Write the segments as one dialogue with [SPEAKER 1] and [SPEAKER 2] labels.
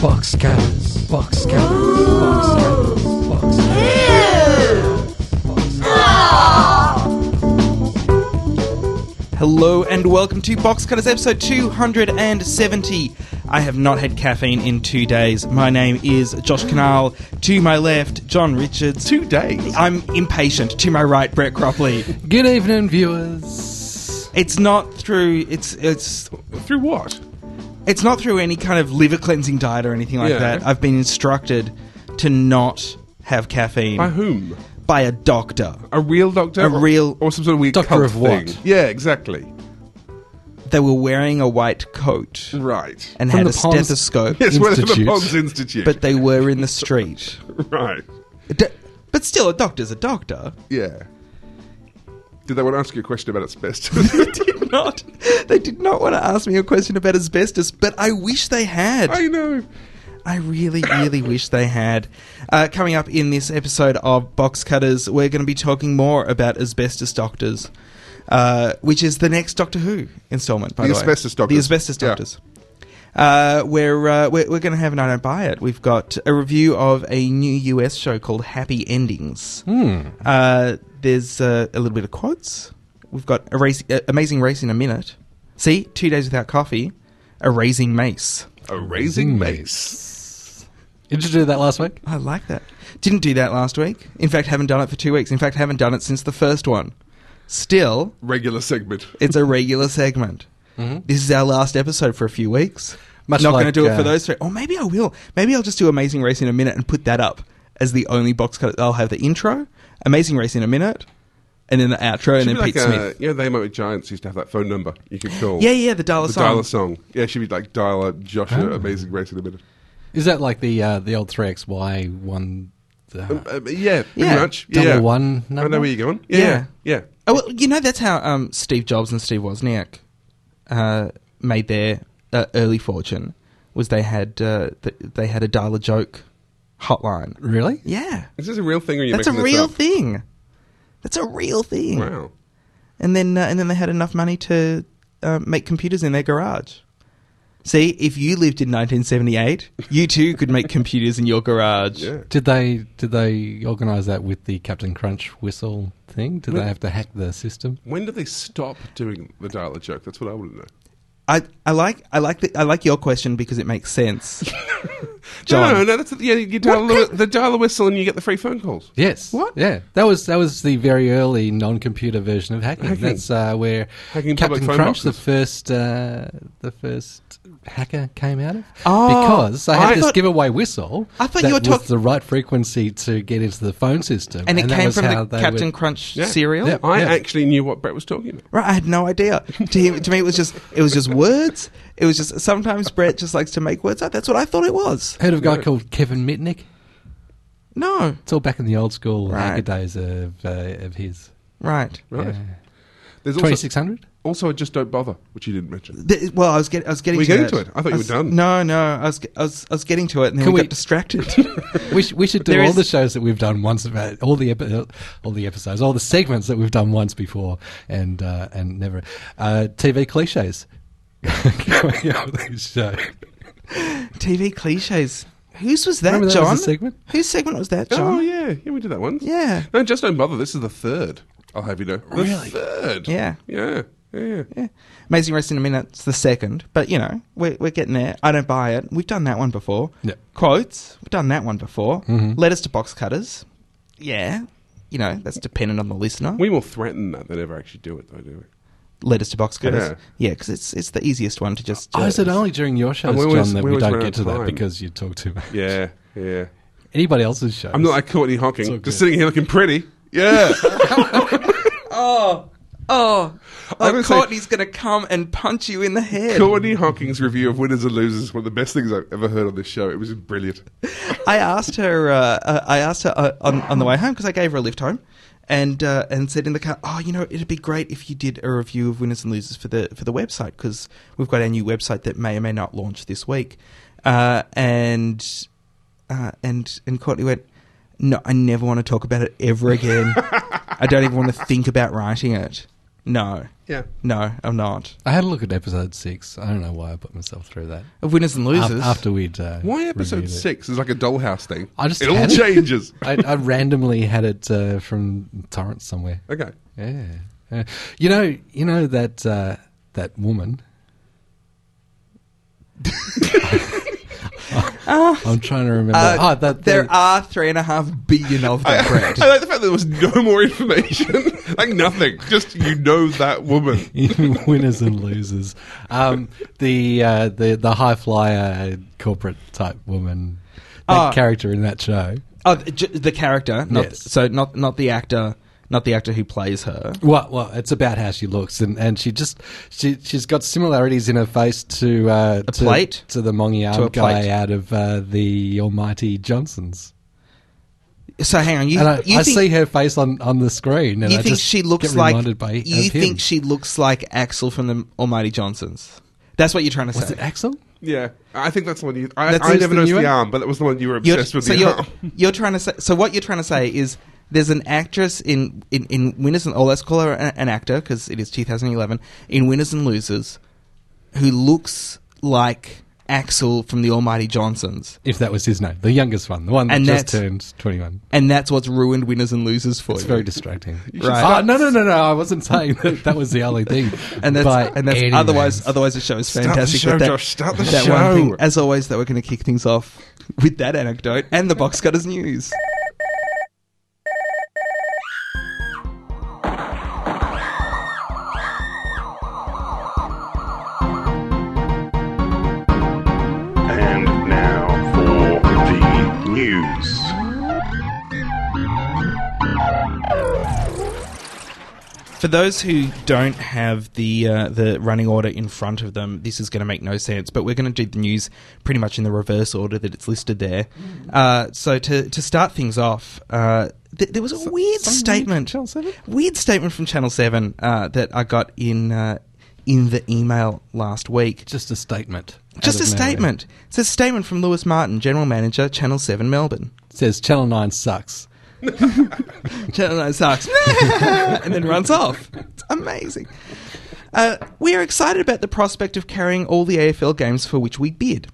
[SPEAKER 1] Box scatters. Box scatters. Box scatters. Box scatters.
[SPEAKER 2] Hello and welcome to Box Cutters episode 270. I have not had caffeine in two days. My name is Josh Canal. To my left, John Richards.
[SPEAKER 3] Two days.
[SPEAKER 2] I'm impatient. To my right, Brett Cropley.
[SPEAKER 1] Good evening, viewers.
[SPEAKER 2] It's not through it's it's
[SPEAKER 3] Through what?
[SPEAKER 2] it's not through any kind of liver cleansing diet or anything like
[SPEAKER 3] Yeah.
[SPEAKER 2] that. I've been instructed to not have caffeine
[SPEAKER 3] By whom?
[SPEAKER 2] by a doctor.
[SPEAKER 3] A real doctor?
[SPEAKER 2] A
[SPEAKER 3] Or-
[SPEAKER 2] real-
[SPEAKER 3] or some sort of weird
[SPEAKER 1] Doctor
[SPEAKER 3] cult
[SPEAKER 1] of what?
[SPEAKER 3] thing? Yeah, exactly.
[SPEAKER 2] They were wearing a white coat
[SPEAKER 3] Right.
[SPEAKER 2] and
[SPEAKER 1] From
[SPEAKER 2] had
[SPEAKER 1] the
[SPEAKER 2] a
[SPEAKER 1] Palms-
[SPEAKER 2] stethoscope,
[SPEAKER 3] Yes, well, the
[SPEAKER 1] Institute.
[SPEAKER 3] Ponds Institute.
[SPEAKER 2] but they were in the street.
[SPEAKER 3] right.
[SPEAKER 2] D- But still, a doctor's a doctor.
[SPEAKER 3] Yeah. Did they want to ask you a question about asbestos?
[SPEAKER 2] They did not. They did not want to ask me a question about asbestos, but I wish they had.
[SPEAKER 3] I know.
[SPEAKER 2] I really, really wish they had. Uh, coming up in this episode of Box Cutters, we're going to be talking more about asbestos doctors, uh, which is the next Doctor Who installment, by
[SPEAKER 3] The
[SPEAKER 2] the,
[SPEAKER 3] asbestos
[SPEAKER 2] way.
[SPEAKER 3] doctors.
[SPEAKER 2] The asbestos
[SPEAKER 3] Yeah.
[SPEAKER 2] doctors. Uh, we're, uh, we're we're going to have an I don't buy it. We've got a review of a new US show called Happy Endings.
[SPEAKER 3] Hmm.
[SPEAKER 2] Uh, there's uh, a little bit of quotes. We've got a race, uh, amazing race in a minute. See, two days without coffee, a raising mace.
[SPEAKER 3] A raising mace.
[SPEAKER 1] Mace. Did you do that last week?
[SPEAKER 2] I like that. Didn't do that last week. In fact, haven't done it for two weeks. In fact, haven't done it since the first one. Still,
[SPEAKER 3] Regular segment.
[SPEAKER 2] it's a regular segment. This is our last episode for a few weeks.
[SPEAKER 1] Much
[SPEAKER 2] Not going to
[SPEAKER 1] like,
[SPEAKER 2] do it
[SPEAKER 1] uh,
[SPEAKER 2] for those three. Or maybe I will. Maybe I'll just do Amazing Race in a minute and put that up as the only box cut. I'll have the intro, Amazing Race in a minute, and then the outro,
[SPEAKER 3] Should
[SPEAKER 2] and then
[SPEAKER 3] be like
[SPEAKER 2] Pete
[SPEAKER 3] a-
[SPEAKER 2] Smith.
[SPEAKER 3] You know, they might giants used to have that phone number you could call.
[SPEAKER 2] Yeah, yeah, the dial a
[SPEAKER 3] the
[SPEAKER 2] song. Oh.
[SPEAKER 3] dial a song. Yeah, she'd be like dial a Joshua Amazing Race in a minute.
[SPEAKER 1] Is that like the uh, the old three X Y one?
[SPEAKER 3] Um, uh, yeah, pretty
[SPEAKER 2] Yeah.
[SPEAKER 3] much.
[SPEAKER 1] Double
[SPEAKER 3] yeah.
[SPEAKER 1] one
[SPEAKER 3] I
[SPEAKER 1] number?
[SPEAKER 3] know where you're going.
[SPEAKER 2] Yeah.
[SPEAKER 3] Yeah, yeah.
[SPEAKER 2] Oh, well, you know that's how um, Steve Jobs and Steve Wozniak uh, made their uh, early fortune was they had uh, th- they had a dial a joke hotline.
[SPEAKER 1] Really?
[SPEAKER 2] Yeah,
[SPEAKER 3] Is this a real thing? Or are you
[SPEAKER 2] that's a
[SPEAKER 3] making this
[SPEAKER 2] real
[SPEAKER 3] up?
[SPEAKER 2] thing. That's a real thing.
[SPEAKER 3] Wow.
[SPEAKER 2] And then uh, and then they had enough money to uh, make computers in their garage. See, if you lived in 1978, you too could make computers in your garage.
[SPEAKER 3] Yeah.
[SPEAKER 1] Did they did they organise that with the Captain Crunch whistle thing? Did they have to hack the system?
[SPEAKER 3] When do they stop doing the dial a joke? That's what I want to know.
[SPEAKER 2] I, I like I like the, I like your question because it makes sense.
[SPEAKER 3] No,
[SPEAKER 2] John.
[SPEAKER 3] no, no. That's yeah. You dial
[SPEAKER 2] What
[SPEAKER 3] the, the dial a whistle and you get the free phone calls.
[SPEAKER 1] Yes.
[SPEAKER 2] What?
[SPEAKER 1] Yeah, that was that was the very early non-computer version of hacking.
[SPEAKER 3] Hacking.
[SPEAKER 1] That's uh, where
[SPEAKER 3] Hacking public
[SPEAKER 1] Captain
[SPEAKER 3] phone
[SPEAKER 1] Crunch, the
[SPEAKER 3] boxes.
[SPEAKER 1] first uh, the first hacker, came out of.
[SPEAKER 2] Oh,
[SPEAKER 1] because they had
[SPEAKER 2] I
[SPEAKER 1] this
[SPEAKER 2] thought-
[SPEAKER 1] giveaway whistle.
[SPEAKER 2] I thought
[SPEAKER 1] that
[SPEAKER 2] you were talk-
[SPEAKER 1] was the right frequency to get into the phone system,
[SPEAKER 2] and it
[SPEAKER 1] that
[SPEAKER 2] came
[SPEAKER 1] was
[SPEAKER 2] from
[SPEAKER 1] how
[SPEAKER 2] the
[SPEAKER 1] they
[SPEAKER 2] Captain
[SPEAKER 1] would-
[SPEAKER 2] Crunch
[SPEAKER 3] Yeah.
[SPEAKER 2] cereal.
[SPEAKER 1] Yeah.
[SPEAKER 3] I actually knew what Brett was talking about.
[SPEAKER 2] Right, I had no idea. To him, to me, it was just it was just words. It was just sometimes Brett just likes to make words up. That's what I thought it was.
[SPEAKER 1] Heard of a guy
[SPEAKER 3] No.
[SPEAKER 1] called Kevin Mitnick?
[SPEAKER 2] No,
[SPEAKER 1] It's all back in the old school
[SPEAKER 2] Right.
[SPEAKER 1] hacker days of uh, of his.
[SPEAKER 2] right.
[SPEAKER 3] Right. There's
[SPEAKER 1] Twenty
[SPEAKER 3] also,
[SPEAKER 1] six hundred.
[SPEAKER 3] also a just don't bother, which you didn't mention.
[SPEAKER 2] Th- well, I was getting I was getting
[SPEAKER 3] Were you
[SPEAKER 2] to
[SPEAKER 3] getting
[SPEAKER 2] that.
[SPEAKER 3] to it? I thought you were
[SPEAKER 2] was-
[SPEAKER 3] done.
[SPEAKER 2] No, no, I was ge- I was, I was getting to it, and then
[SPEAKER 1] Can
[SPEAKER 2] we,
[SPEAKER 1] we-
[SPEAKER 2] got distracted.
[SPEAKER 1] We, sh- we should do
[SPEAKER 2] There
[SPEAKER 1] all
[SPEAKER 2] is-
[SPEAKER 1] the shows that we've done once about all the epi- all the episodes, all the segments that we've done once before, and uh, and never uh, TV cliches. Going out with this show.
[SPEAKER 2] TV cliches. Whose was that,
[SPEAKER 1] Remember that
[SPEAKER 2] John?
[SPEAKER 1] was a segment?
[SPEAKER 2] Whose segment was that, John?
[SPEAKER 3] Oh yeah, yeah, we did that once.
[SPEAKER 2] Yeah.
[SPEAKER 3] No, just don't bother. This is the third. I'll have you know. The
[SPEAKER 1] Really?
[SPEAKER 3] Third.
[SPEAKER 2] Yeah.
[SPEAKER 3] Yeah. Yeah.
[SPEAKER 2] Yeah. Amazing Race in a Minute's the second, but you know, we're, we're getting there. I don't buy it. We've done that one before.
[SPEAKER 1] Yeah.
[SPEAKER 2] Quotes, we've done that one before.
[SPEAKER 1] Mhm.
[SPEAKER 2] Letters to box cutters. Yeah. You know, that's dependent on the listener.
[SPEAKER 3] We more threaten that than ever actually do it, though, do we?
[SPEAKER 2] Letters to box cutters. Yeah, because it's, it's the easiest one to just.
[SPEAKER 1] Oh, is it
[SPEAKER 2] uh,
[SPEAKER 1] only during your shows,
[SPEAKER 3] And we always-
[SPEAKER 1] John, that
[SPEAKER 3] we
[SPEAKER 1] we,
[SPEAKER 3] always
[SPEAKER 1] don't
[SPEAKER 3] run out
[SPEAKER 1] get
[SPEAKER 3] of
[SPEAKER 1] to that
[SPEAKER 3] time.
[SPEAKER 1] because you talk too much?
[SPEAKER 3] Yeah. Yeah.
[SPEAKER 1] Anybody else's shows?
[SPEAKER 3] I'm not like Courtney
[SPEAKER 1] It's all
[SPEAKER 3] Hawking,
[SPEAKER 1] good.
[SPEAKER 3] just sitting here looking pretty. Yeah.
[SPEAKER 2] Oh, oh.
[SPEAKER 3] I
[SPEAKER 2] Oh,
[SPEAKER 3] would say-
[SPEAKER 2] Courtney's going to come and punch you in the head.
[SPEAKER 3] Courtney Hawking's review of winners and losers is one of the best things I've ever heard on this show. It was brilliant.
[SPEAKER 2] I asked her. Uh, uh, I asked her uh, on on the way home because I gave her a lift home, and uh, and said in the car, "Oh, you know, it'd be great if you did a review of winners and losers for the for the website because we've got our new website that may or may not launch this week." Uh, and uh, and and Courtney went, "No, I never want to talk about it ever again. I don't even want to think about writing it. No."
[SPEAKER 3] Yeah.
[SPEAKER 2] No, I'm not.
[SPEAKER 1] I had a look at episode six. I don't know why I put myself through that.
[SPEAKER 2] Of winners and
[SPEAKER 1] Af-
[SPEAKER 2] losers.
[SPEAKER 1] After we'd uh,
[SPEAKER 3] Why episode
[SPEAKER 1] reviewed it.
[SPEAKER 3] six is like a dollhouse thing?
[SPEAKER 1] I just
[SPEAKER 3] it all
[SPEAKER 1] had it.
[SPEAKER 3] changes.
[SPEAKER 1] I, I randomly had it uh, from torrent somewhere.
[SPEAKER 3] okay.
[SPEAKER 1] Yeah. Yeah. you know, you know that uh, that woman. I'm trying to remember.
[SPEAKER 2] Uh,
[SPEAKER 1] oh, that
[SPEAKER 2] there
[SPEAKER 1] the-
[SPEAKER 2] are three and a half billion of
[SPEAKER 3] I,
[SPEAKER 2] them, Brett.
[SPEAKER 3] I like the fact that there was no more information. like nothing. Just you know that woman.
[SPEAKER 1] winners and losers. Um, the uh, the the high flyer corporate type woman, that
[SPEAKER 2] Oh.
[SPEAKER 1] character in that show.
[SPEAKER 2] Oh, the, j- the character, not
[SPEAKER 1] Yes.
[SPEAKER 2] so not not the actor, not the actor who plays her.
[SPEAKER 1] Well, well, it's about how she looks, and, and she just she she's got similarities in her face to uh, to,
[SPEAKER 2] plate?
[SPEAKER 1] to the Mongy
[SPEAKER 2] To a
[SPEAKER 1] Arm guy
[SPEAKER 2] plate.
[SPEAKER 1] out of uh, the Almighty Johnsons.
[SPEAKER 2] So hang on, you,
[SPEAKER 1] and I,
[SPEAKER 2] you
[SPEAKER 1] I
[SPEAKER 2] think,
[SPEAKER 1] see her face on, on the screen, and
[SPEAKER 2] you
[SPEAKER 1] I
[SPEAKER 2] think
[SPEAKER 1] just
[SPEAKER 2] she looks
[SPEAKER 1] get
[SPEAKER 2] like
[SPEAKER 1] reminded by
[SPEAKER 2] you
[SPEAKER 1] of him.
[SPEAKER 2] think she looks like Axel from the Almighty Johnsons? That's what you're trying to
[SPEAKER 1] was
[SPEAKER 2] say.
[SPEAKER 1] it Axel?
[SPEAKER 3] Yeah. I think that's the one you. I,
[SPEAKER 2] That's-
[SPEAKER 3] I never
[SPEAKER 1] the
[SPEAKER 3] noticed
[SPEAKER 1] new
[SPEAKER 3] the
[SPEAKER 1] one?
[SPEAKER 3] arm, but that was the one you were
[SPEAKER 2] You're-
[SPEAKER 3] obsessed with
[SPEAKER 2] so
[SPEAKER 3] the
[SPEAKER 2] you're,
[SPEAKER 3] arm.
[SPEAKER 2] you're trying to say. So what you're trying to say is there's an actress in in, in winners and oh let's call her an, an actor because it is 2011 in winners and losers who looks like Axel from the Almighty Johnsons,
[SPEAKER 1] If that was his name, the youngest one, the one that
[SPEAKER 2] And
[SPEAKER 1] just
[SPEAKER 2] that's-
[SPEAKER 1] turned twenty one.
[SPEAKER 2] and that's what's ruined winners and losers for
[SPEAKER 1] It's
[SPEAKER 2] you.
[SPEAKER 1] very distracting.
[SPEAKER 2] should Right.
[SPEAKER 1] Oh, no, no, no, no! I wasn't saying that. That was the only thing.
[SPEAKER 2] and that's
[SPEAKER 1] But
[SPEAKER 2] and that's
[SPEAKER 1] anyways.
[SPEAKER 2] otherwise otherwise the show is
[SPEAKER 3] Start the
[SPEAKER 2] fantastic.
[SPEAKER 3] show,
[SPEAKER 2] but that,
[SPEAKER 3] Josh, start the
[SPEAKER 2] that one
[SPEAKER 3] show.
[SPEAKER 2] thing, as always, that we're going to kick things off with that anecdote and the box cutters news.
[SPEAKER 4] And now for the news.
[SPEAKER 2] For those who don't have the uh, the running order in front of them, this is going to make no sense. But we're going to do the news pretty much in the reverse order that it's listed there. Uh, so to to start things off, uh, th- there was a weird
[SPEAKER 1] some weird
[SPEAKER 2] statement,
[SPEAKER 1] Channel 7?
[SPEAKER 2] weird statement from Channel Seven uh, that I got in uh, in the email last week.
[SPEAKER 1] just a statement.
[SPEAKER 2] Just
[SPEAKER 1] out
[SPEAKER 2] a
[SPEAKER 1] of nowhere.
[SPEAKER 2] statement. It's a statement from Lewis Martin, General Manager, Channel 7 Melbourne.
[SPEAKER 1] says Channel Nine sucks.
[SPEAKER 2] Channel 9 sucks. and then runs off. It's amazing. Uh, we are excited about the prospect of carrying all the AFL games for which we bid.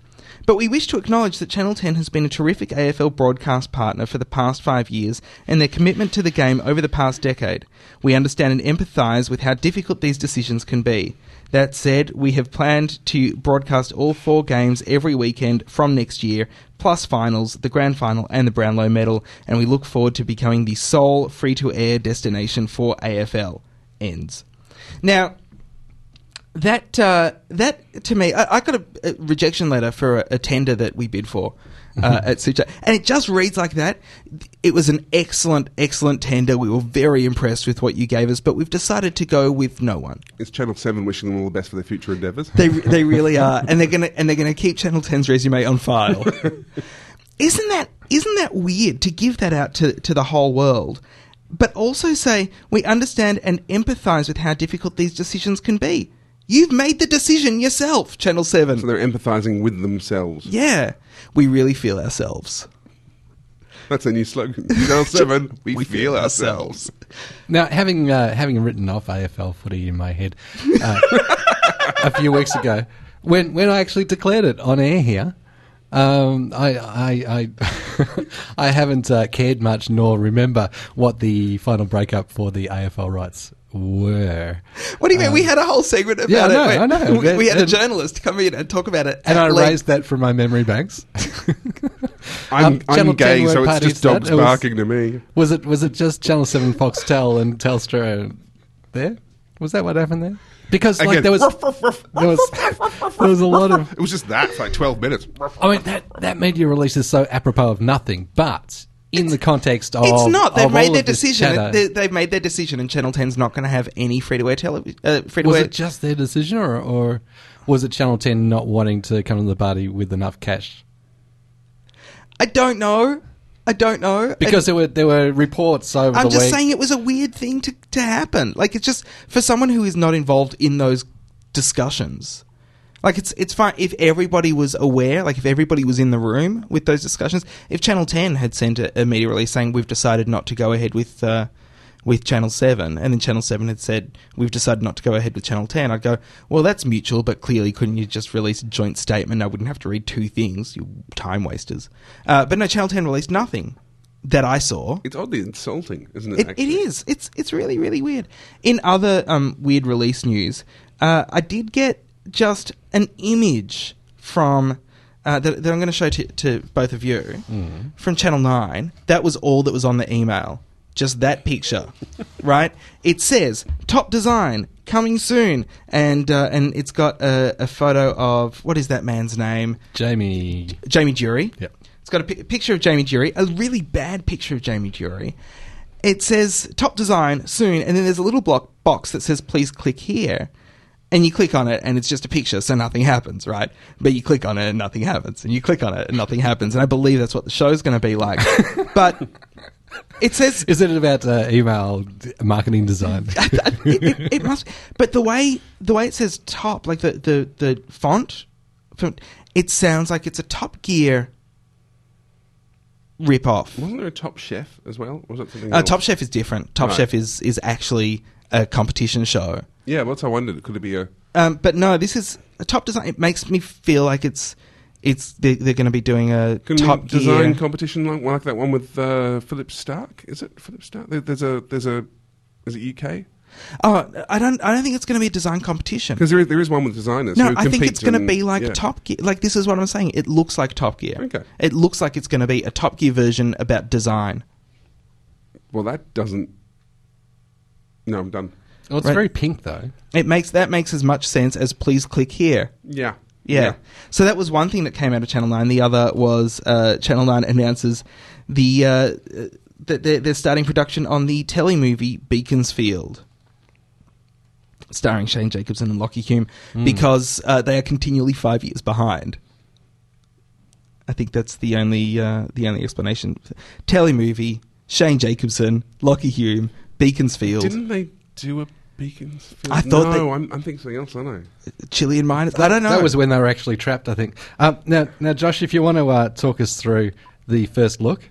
[SPEAKER 2] But we wish to acknowledge that Channel 10 has been a terrific AFL broadcast partner for the past five years and their commitment to the game over the past decade. We understand and empathise with how difficult these decisions can be. That said, we have planned to broadcast all four games every weekend from next year, plus finals, the grand final, and the Brownlow medal, and we look forward to becoming the sole free to air destination for AFL. Ends. Now, that uh, that to me, I, I got a, a rejection letter for a, a tender that we bid for uh, at Sucha, and it just reads like that. It was an excellent, excellent tender. We were very impressed with what you gave us, but we've decided to go with no one.
[SPEAKER 3] It's Channel 7 wishing them all the best for their future endeavours.
[SPEAKER 2] They they really are, and they're gonna and they're gonna keep Channel 10's resume on file. isn't that isn't that weird to give that out to to the whole world? But also say we understand and empathise with how difficult these decisions can be. You've made the decision yourself, Channel Seven.
[SPEAKER 3] So they're empathising with themselves.
[SPEAKER 2] yeah, we really feel ourselves.
[SPEAKER 3] That's a new slogan. Channel 7, we, feel ourselves.
[SPEAKER 1] Now, having uh, having written off AFL footy in my head uh, a few weeks ago, when when I actually declared it on air here, um, I I I, I haven't uh, cared much nor remember what the final breakup for the AFL rights were.
[SPEAKER 2] What do you mean? we had a whole segment about
[SPEAKER 1] Um, yeah, I know,
[SPEAKER 2] it.
[SPEAKER 1] I know.
[SPEAKER 2] We, we had a
[SPEAKER 1] And-
[SPEAKER 2] journalist come in and talk about it,
[SPEAKER 1] And
[SPEAKER 2] at
[SPEAKER 1] I
[SPEAKER 2] length.
[SPEAKER 1] raised that from my memory banks.
[SPEAKER 3] I'm,
[SPEAKER 1] Um,
[SPEAKER 3] I'm
[SPEAKER 1] Channel 10
[SPEAKER 3] gay,
[SPEAKER 1] were
[SPEAKER 3] so it's
[SPEAKER 1] party
[SPEAKER 3] just
[SPEAKER 1] to that.
[SPEAKER 3] dogs
[SPEAKER 1] It was-
[SPEAKER 3] barking to me.
[SPEAKER 1] Was it was it just Channel Seven, Foxtel, and Telstra there? Was that what happened there? Because like
[SPEAKER 3] Again,
[SPEAKER 1] there was
[SPEAKER 3] ruff, ruff, ruff,
[SPEAKER 1] there was there was a lot of
[SPEAKER 3] It was just that for like 12 minutes.
[SPEAKER 1] I mean that that media release is so apropos of nothing, but in the context of
[SPEAKER 2] It's not. They've
[SPEAKER 1] of all
[SPEAKER 2] made their
[SPEAKER 1] of this
[SPEAKER 2] decision.
[SPEAKER 1] chatter,
[SPEAKER 2] They, they've made their decision, and Channel 10's not going to have any free to air television. Uh, free to
[SPEAKER 1] was
[SPEAKER 2] air.
[SPEAKER 1] it just their decision, or, or was it Channel Ten not wanting to come to the party with enough cash?
[SPEAKER 2] I don't know. I don't know.
[SPEAKER 1] Because there were there were reports over
[SPEAKER 2] I, am
[SPEAKER 1] the
[SPEAKER 2] just
[SPEAKER 1] week.
[SPEAKER 2] saying it was a weird thing to, to happen. Like it's just for someone who is not involved in those discussions. Like it's it's fine if everybody was aware, like if everybody was in the room with those discussions. If Channel Ten had sent a, a media release saying we've decided not to go ahead with uh, with Channel 7, and then Channel 7 had said, We've decided not to go ahead with Channel 10, I'd go, Well, that's mutual, but clearly couldn't you just release a joint statement? I wouldn't have to read two things, you time wasters. Uh, but no, Channel 10 released nothing that I saw.
[SPEAKER 3] It's oddly insulting, isn't it?
[SPEAKER 2] It, it
[SPEAKER 3] actually?
[SPEAKER 2] is. It's it's really really weird. In other um, weird release news, uh, I did get just an image from uh, that, that I'm going to show to, to both of you from Channel Nine. That was all that was on the email. Just that picture, right? It says top design coming soon, and uh, and it's got a, a photo of what is that man's name?
[SPEAKER 1] Jamie.
[SPEAKER 2] Jamie Jury.
[SPEAKER 1] Yep.
[SPEAKER 2] It's got a pi- picture of Jamie Jury, a really bad picture of Jamie Jury. It says top design soon, and then there's a little block box that says please click here. And you click on it, and it's just a picture, so nothing happens, right? But you click on it, and nothing happens. And you click on it, and nothing happens. And I believe that's what the show's going to be like. but it says
[SPEAKER 1] Is it about uh, email d- marketing design?
[SPEAKER 2] it, it, it must. But the way the way it says top, like the the the font, font, it sounds like it's a Top Gear rip off.
[SPEAKER 3] Wasn't there a Top Chef as well? Was it something?
[SPEAKER 2] Uh,
[SPEAKER 3] else?
[SPEAKER 2] Top Chef is different. Top
[SPEAKER 3] Right.
[SPEAKER 2] Chef is is actually a competition show.
[SPEAKER 3] Yeah, what's I wondered? Could it be a?
[SPEAKER 2] Um, but no, this is a top design. It makes me feel like it's it's they're, they're going to be doing a
[SPEAKER 3] Can
[SPEAKER 2] top
[SPEAKER 3] we design
[SPEAKER 2] gear.
[SPEAKER 3] competition like like that one with uh, Philip Stark? Is it Philip Stark? There, there's a there's a is it UK?
[SPEAKER 2] oh, I don't I don't think it's going to be a design competition.
[SPEAKER 3] Because there is, there is one with designers.
[SPEAKER 2] No,
[SPEAKER 3] who
[SPEAKER 2] I think
[SPEAKER 3] compete
[SPEAKER 2] it's going to
[SPEAKER 3] and-
[SPEAKER 2] be like
[SPEAKER 3] yeah.
[SPEAKER 2] Top Gear. Like this is what I'm saying. It looks like Top Gear.
[SPEAKER 3] Okay.
[SPEAKER 2] It looks like it's going to be a Top Gear version about design.
[SPEAKER 3] Well, that doesn't. No, I'm done.
[SPEAKER 1] well, it's
[SPEAKER 2] Right.
[SPEAKER 1] very pink though.
[SPEAKER 2] It makes that makes as much sense as please click here.
[SPEAKER 3] Yeah.
[SPEAKER 2] Yeah. So that was one thing that came out of Channel Nine. The other was uh, Channel Nine announces the uh, uh, that they're, they're starting production on the telly movie Beaconsfield, starring Shane Jacobson and Lockie Hume, because uh, they are continually five years behind. I think that's the only uh, the only explanation. Telly movie, Shane Jacobson, Lockie Hume, Beaconsfield,
[SPEAKER 3] Didn't they do a Beaconsfield?
[SPEAKER 2] I thought
[SPEAKER 3] No,
[SPEAKER 2] they-
[SPEAKER 3] I'm, I'm thinking something else, aren't I?
[SPEAKER 2] Chile and Miners. I don't know.
[SPEAKER 1] That was when they were actually trapped, I think. Um, now, now, Josh, if you want to uh, talk us through the first look,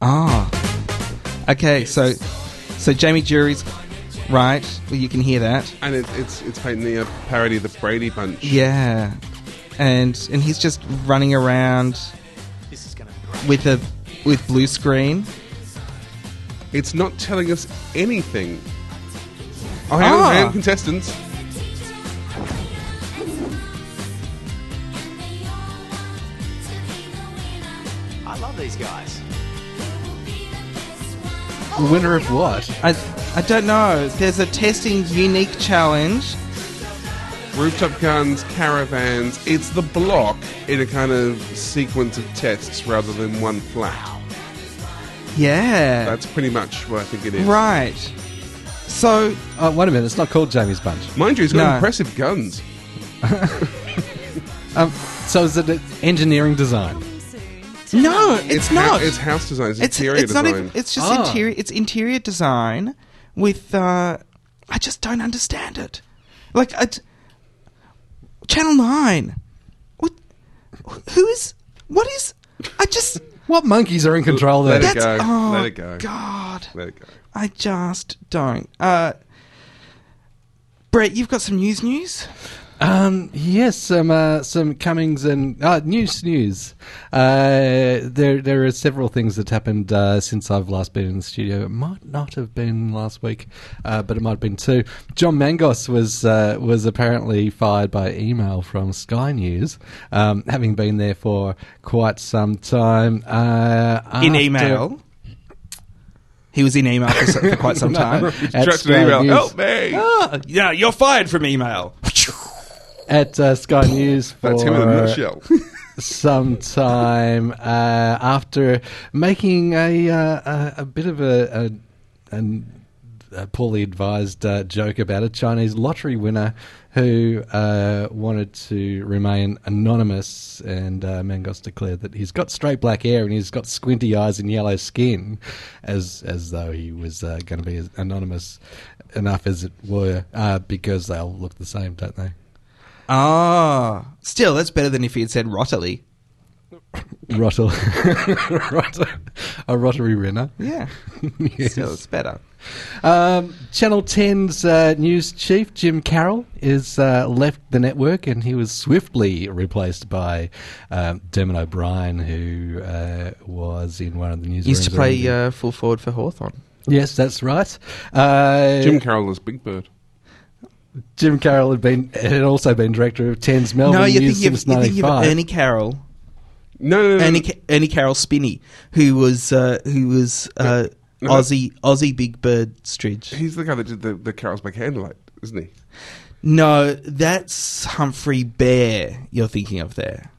[SPEAKER 2] Ah. Okay, so so Jamie Jury's right. Well, you can hear that.
[SPEAKER 3] And it, it's it's painting a parody of the Brady Bunch.
[SPEAKER 2] Yeah. And and he's just running around with a with blue screen.
[SPEAKER 3] It's not telling us anything. Oh, hang
[SPEAKER 2] Ah.
[SPEAKER 3] on, hang on, contestants.
[SPEAKER 5] I love these guys.
[SPEAKER 1] the winner of what?
[SPEAKER 2] I I don't know. There's a testing unique challenge.
[SPEAKER 3] Rooftop guns, caravans. It's the block in a kind of sequence of tests rather than one flat.
[SPEAKER 2] Yeah.
[SPEAKER 3] That's pretty much what I think it is.
[SPEAKER 2] right. So
[SPEAKER 1] Oh, wait a minute, it's not called Jamie's Bunch.
[SPEAKER 3] Mind you, he's got
[SPEAKER 2] No.
[SPEAKER 3] impressive guns.
[SPEAKER 1] Um, so is it engineering design?
[SPEAKER 2] no, it's,
[SPEAKER 3] hou-
[SPEAKER 2] not.
[SPEAKER 3] it's house design. It's,
[SPEAKER 2] it's
[SPEAKER 3] interior
[SPEAKER 2] it's
[SPEAKER 3] design.
[SPEAKER 2] not even it's just
[SPEAKER 1] Ah.
[SPEAKER 2] interior it's interior design with uh I just don't understand it. Like I d- Channel 9. What who is what is I just
[SPEAKER 1] What monkeys are in control
[SPEAKER 3] Let
[SPEAKER 1] there?
[SPEAKER 3] it
[SPEAKER 2] that's
[SPEAKER 3] go.
[SPEAKER 2] oh,
[SPEAKER 3] Let it go.
[SPEAKER 2] God.
[SPEAKER 3] there you go.
[SPEAKER 2] I just don't. Uh Brett, you've got some news news?
[SPEAKER 1] Um, yes, some uh, some comings and uh, news news. Uh, there there are several things that happened uh, since I've last been in the studio. It might not have been last week, uh, but it might have been too. John Mangos was uh, was apparently fired by email from Sky News, um, having been there for quite some time. Uh,
[SPEAKER 2] In
[SPEAKER 1] after-
[SPEAKER 2] email. He was in email for, so- for quite some
[SPEAKER 1] No,
[SPEAKER 2] time.
[SPEAKER 1] at
[SPEAKER 3] Trapped in
[SPEAKER 1] Sky
[SPEAKER 3] email.
[SPEAKER 1] News.
[SPEAKER 3] Help me.
[SPEAKER 2] Ah, yeah, you're fired from email.
[SPEAKER 1] at uh, Sky News for
[SPEAKER 3] That's him in a nutshell.
[SPEAKER 1] some time uh, after making a, uh, a a bit of a, a, an- a poorly advised uh, joke about a Chinese lottery winner who uh, wanted to remain anonymous, and uh, Mangos declared that he's got straight black hair and he's got squinty eyes and yellow skin, as as though he was uh, going to be as anonymous enough as it were, uh, because they all look the same, don't they?
[SPEAKER 2] Ah, still, that's better than if he had said Rotterly.
[SPEAKER 1] Rotter, rotter, a rotary renner.
[SPEAKER 2] Yeah.
[SPEAKER 1] Yes.
[SPEAKER 2] So it's better.
[SPEAKER 1] Um, Channel 10's uh, news chief, Jim Carroll, is uh, left the network and he was swiftly replaced by um, Dermot O'Brien, who uh, was in one of the news.
[SPEAKER 2] Used to play uh, full forward for Hawthorn.
[SPEAKER 1] yes, that's right. Uh,
[SPEAKER 3] Jim Carroll is Big Bird.
[SPEAKER 1] Jim Carroll had been had also been director of 10's Melbourne
[SPEAKER 2] No, you
[SPEAKER 1] News
[SPEAKER 2] think you've,
[SPEAKER 1] Oh, since
[SPEAKER 2] you think you've
[SPEAKER 1] 95.
[SPEAKER 2] Ernie Carroll.
[SPEAKER 3] No, no, no, no.
[SPEAKER 2] Ernie, Ca- Ernie Carroll Spinney, who was uh, who was uh,
[SPEAKER 3] No.
[SPEAKER 2] Aussie Aussie Big Bird Stridge.
[SPEAKER 3] He's the guy that did the, the Carol's by Candlelight, isn't he?
[SPEAKER 2] No, that's Humphrey Bear you're thinking of there.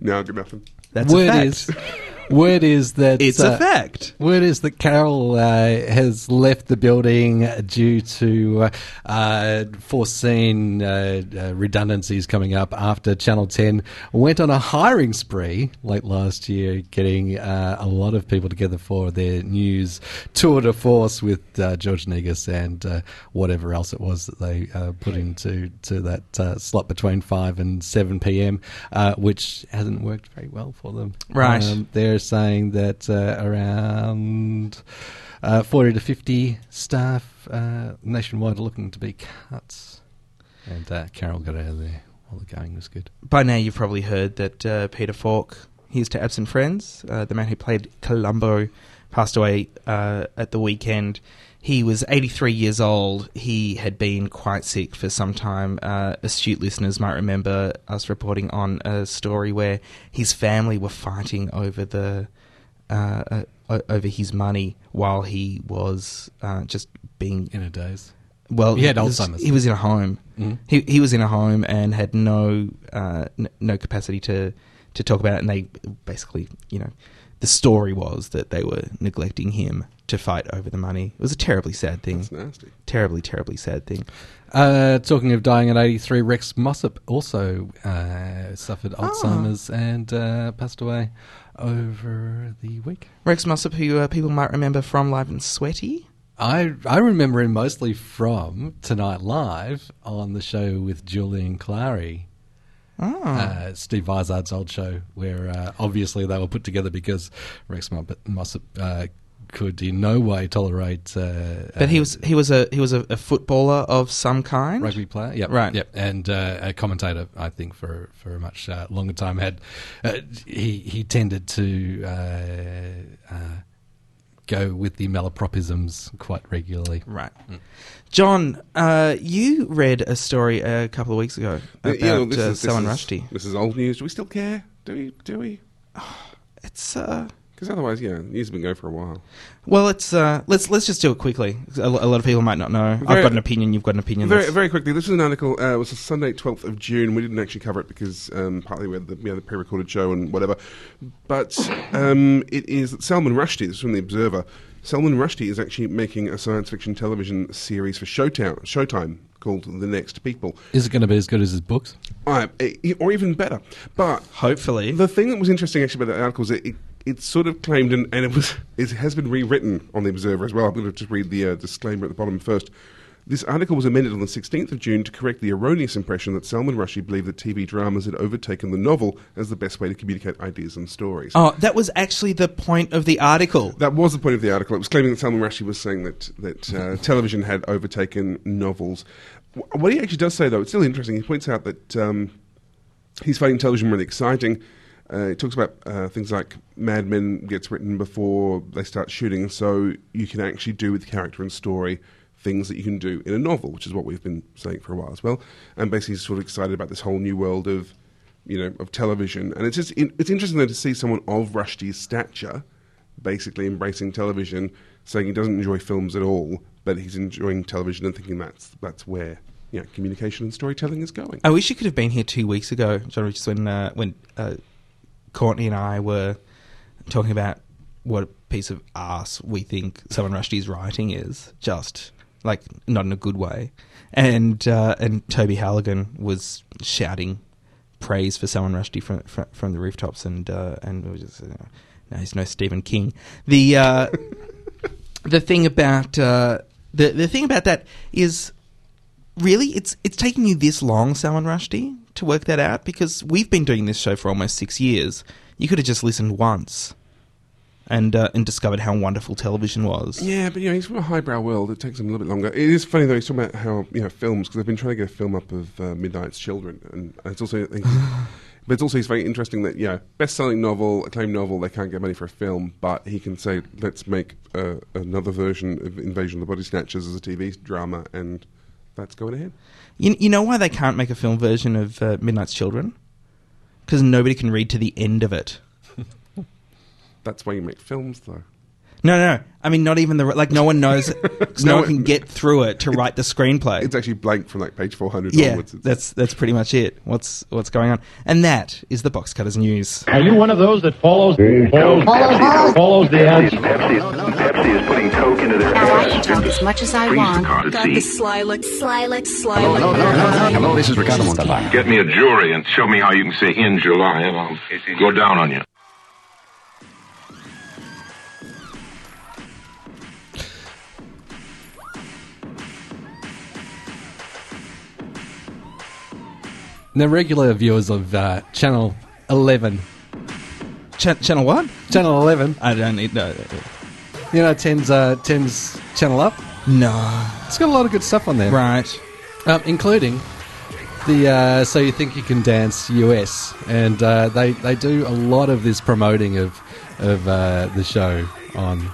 [SPEAKER 3] No, I've got nothing.
[SPEAKER 2] That's
[SPEAKER 1] word
[SPEAKER 2] a fact.
[SPEAKER 1] is, word is that
[SPEAKER 2] it's
[SPEAKER 1] uh,
[SPEAKER 2] a fact.
[SPEAKER 1] Word is that Carol uh, has left the building due to uh, uh, foreseen uh, uh, redundancies coming up after Channel 10 went on a hiring spree late last year, getting uh, a lot of people together for their news tour de force with uh, George Negus and uh, whatever else it was that they uh, put into to that uh, slot between 5 and 7 p.m., uh, which hasn't worked very well for them. Um,
[SPEAKER 2] Right.
[SPEAKER 1] They're saying that uh, around uh, 40 to 50 staff uh, nationwide are looking to be cut. And uh, Carol got out of there while the going was good.
[SPEAKER 2] By now, you've probably heard that uh, Peter Falk, he's to absent friends, uh, the man who played Columbo, passed away uh, at the weekend. He was 83 years old. He had been quite sick for some time. Uh, astute listeners might remember us reporting on a story where his family were fighting over the uh, uh, o- over his money while he was uh, just being
[SPEAKER 1] In a daze.
[SPEAKER 2] well,
[SPEAKER 1] He had
[SPEAKER 2] was,
[SPEAKER 1] Alzheimer's.
[SPEAKER 2] He was in a home.
[SPEAKER 3] Mm-hmm.
[SPEAKER 1] Mhm.
[SPEAKER 2] He he was in a home and had no uh, n- no capacity to to talk about it. And they basically, you know, the story was that they were neglecting him to fight over the money. It was a terribly sad thing.
[SPEAKER 3] That's nasty.
[SPEAKER 2] Terribly, terribly sad thing.
[SPEAKER 1] Uh, talking of dying at 83, Rex Mossop also uh, suffered Alzheimer's and uh, passed away over the week.
[SPEAKER 2] Rex Mossop, who uh, people might remember from Live and Sweaty.
[SPEAKER 1] I I remember him mostly from Tonight Live on the show with Julian Clary.
[SPEAKER 2] Oh.
[SPEAKER 1] uh, Steve Izard's old show, where uh, obviously they were put together because Rex Mo- Mossop uh, could in no way tolerate. Uh,
[SPEAKER 2] but he
[SPEAKER 1] uh,
[SPEAKER 2] was he was a he was a, a footballer of some kind.
[SPEAKER 1] rugby player, yep,
[SPEAKER 2] Right.
[SPEAKER 1] yep, and uh, a commentator, I think, for for a much uh, longer time had uh, he he tended to. Uh, uh, Go with the malapropisms quite regularly.
[SPEAKER 2] Right.
[SPEAKER 3] Mm.
[SPEAKER 2] John, uh, you read a story a couple of weeks ago
[SPEAKER 3] You
[SPEAKER 2] about
[SPEAKER 3] know, this
[SPEAKER 2] uh,
[SPEAKER 3] is- this
[SPEAKER 2] Selwyn
[SPEAKER 3] is-
[SPEAKER 2] Rushdie.
[SPEAKER 3] This is old news. Do we still care? Do we? Do we?
[SPEAKER 2] It's uh,
[SPEAKER 3] Because otherwise, yeah, news has been going for a while.
[SPEAKER 2] Well, it's uh, let's let's just do it quickly. 'cause A, lo- a lot of people might not know. I've
[SPEAKER 3] Very-
[SPEAKER 2] got an opinion. You've got an opinion.
[SPEAKER 3] Very,
[SPEAKER 2] Let's-
[SPEAKER 3] very quickly, this is an article. Uh, it was Sunday, 12th of June. We didn't actually cover it because um, partly we had the, we had the pre recorded show and whatever. But um, it is that Salman Rushdie, this is from The Observer. Salman Rushdie is actually making a science fiction television series for Showtown, Showtime called The Next People.
[SPEAKER 1] Is it going to be as good as his books?
[SPEAKER 3] Uh, e- or even better. But
[SPEAKER 2] Hopefully,
[SPEAKER 3] The thing that was interesting actually about the article is it, it, it sort of claimed, and, and it was it has been rewritten on the Observer as well. I'm going to just read the uh, disclaimer at the bottom first. This article was amended on the 16th of June to correct the erroneous impression that Salman Rushdie believed that TV dramas had overtaken the novel as the best way to communicate ideas and stories.
[SPEAKER 2] oh, that was actually the point of the article.
[SPEAKER 3] That was the point of the article. It was claiming that Salman Rushdie was saying that that uh, television had overtaken novels. Wh- What he actually does say, though, it's still interesting. He points out that um, he's finding television really exciting. Uh, he talks about uh, things like Mad Men gets written before they start shooting, so you can actually do with character and story things that you can do in a novel, which is what we've been saying for a while as well. And basically, he's sort of excited about this whole new world of, you know, of television. And it's just in, it's interesting though to see someone of Rushdie's stature basically embracing television, saying he doesn't enjoy films at all, but he's enjoying television and thinking that's that's where you know, communication and storytelling is going.
[SPEAKER 2] I wish you could have been here two weeks ago, John Richards, when uh, when uh, Courtney and I were talking about what a piece of ass we think Salman Rushdie's writing is. Just like not in a good way, and uh, and Toby Halligan was shouting praise for Salman Rushdie from from, from the rooftops, and uh, and it was just, uh, no, he's no Stephen King. The uh, the thing about uh, the the thing about that is really it's it's taking you this long, Salman Rushdie, to work that out because we've been doing this show for almost six years. You could have just listened once, and uh, and discovered how wonderful television was.
[SPEAKER 3] Yeah, but you know, he's from a highbrow world. It takes him a little bit longer. It is funny though. He's talking about how you know films because I've been trying to get a film up of uh, Midnight's Children, and it's also, but it's also it's very interesting that you know best-selling novel, acclaimed novel. They can't get money for a film, but he can say, let's make uh, another version of Invasion of the Body Snatchers as a TV drama, and that's going ahead.
[SPEAKER 2] You, you know why they can't make a film version of uh, Midnight's Children? Because nobody can read to the end of it.
[SPEAKER 3] That's why you make films, though.
[SPEAKER 2] No, no, no. I mean, not even the like. No one knows. 'cause no,
[SPEAKER 3] No,
[SPEAKER 2] one can
[SPEAKER 3] it-
[SPEAKER 2] get through it to write the screenplay.
[SPEAKER 3] It's actually blank from like page four hundred
[SPEAKER 2] yeah,
[SPEAKER 3] onwards. It's-
[SPEAKER 2] that's that's pretty much it. What's what's going on? And that is the box cutters news.
[SPEAKER 6] Are you one of those that follows follows,
[SPEAKER 4] Pepsi,
[SPEAKER 6] follows the answer?
[SPEAKER 4] Pepsi, is, Pepsi is putting Coke into their
[SPEAKER 7] Now I can talk as much as I
[SPEAKER 4] Freeze the
[SPEAKER 7] want.
[SPEAKER 4] car to
[SPEAKER 8] Got
[SPEAKER 4] see.
[SPEAKER 8] the sly look, sly look, sly look.
[SPEAKER 9] Hello, this is Ricardo Montalban.
[SPEAKER 4] Get me a jury and show me how you can say in July, and I'll go down on you.
[SPEAKER 1] Now, regular viewers of uh, Channel 11,
[SPEAKER 2] Ch- channel what?
[SPEAKER 1] Channel 11,
[SPEAKER 2] I don't need no.
[SPEAKER 1] you know, 10's, uh, 10's Channel Up,
[SPEAKER 2] No.
[SPEAKER 1] it's got a lot of good stuff on there,
[SPEAKER 2] Right.
[SPEAKER 1] um, including the uh, So You Think You Can Dance US. And uh, they, they do a lot of this promoting of, of uh, the show on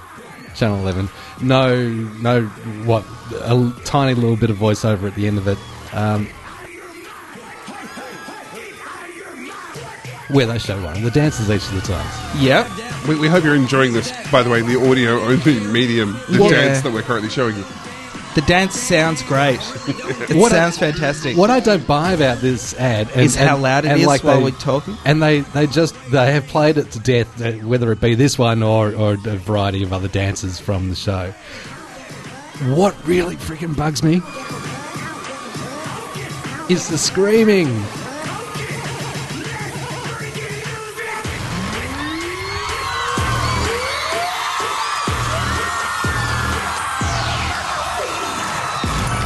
[SPEAKER 1] Channel 11. No, no, what, a l- tiny little bit of voiceover at the end of it. Um, where they show one of the dances each of the times.
[SPEAKER 2] Yep.
[SPEAKER 3] we, we hope you're enjoying this. By the way, the audio-only medium, the
[SPEAKER 2] Yeah.
[SPEAKER 3] dance that we're currently showing you.
[SPEAKER 2] The dance sounds great. It
[SPEAKER 1] What I-
[SPEAKER 2] sounds fantastic.
[SPEAKER 1] What I don't buy about this ad and,
[SPEAKER 2] Is how
[SPEAKER 1] and-
[SPEAKER 2] loud it
[SPEAKER 1] and
[SPEAKER 2] is
[SPEAKER 1] like
[SPEAKER 2] while
[SPEAKER 1] they-
[SPEAKER 2] we're talking?
[SPEAKER 1] and they, they just they have played it to death, uh, whether it be this one or or a variety of other dances from the show. What really freaking bugs me is the screaming.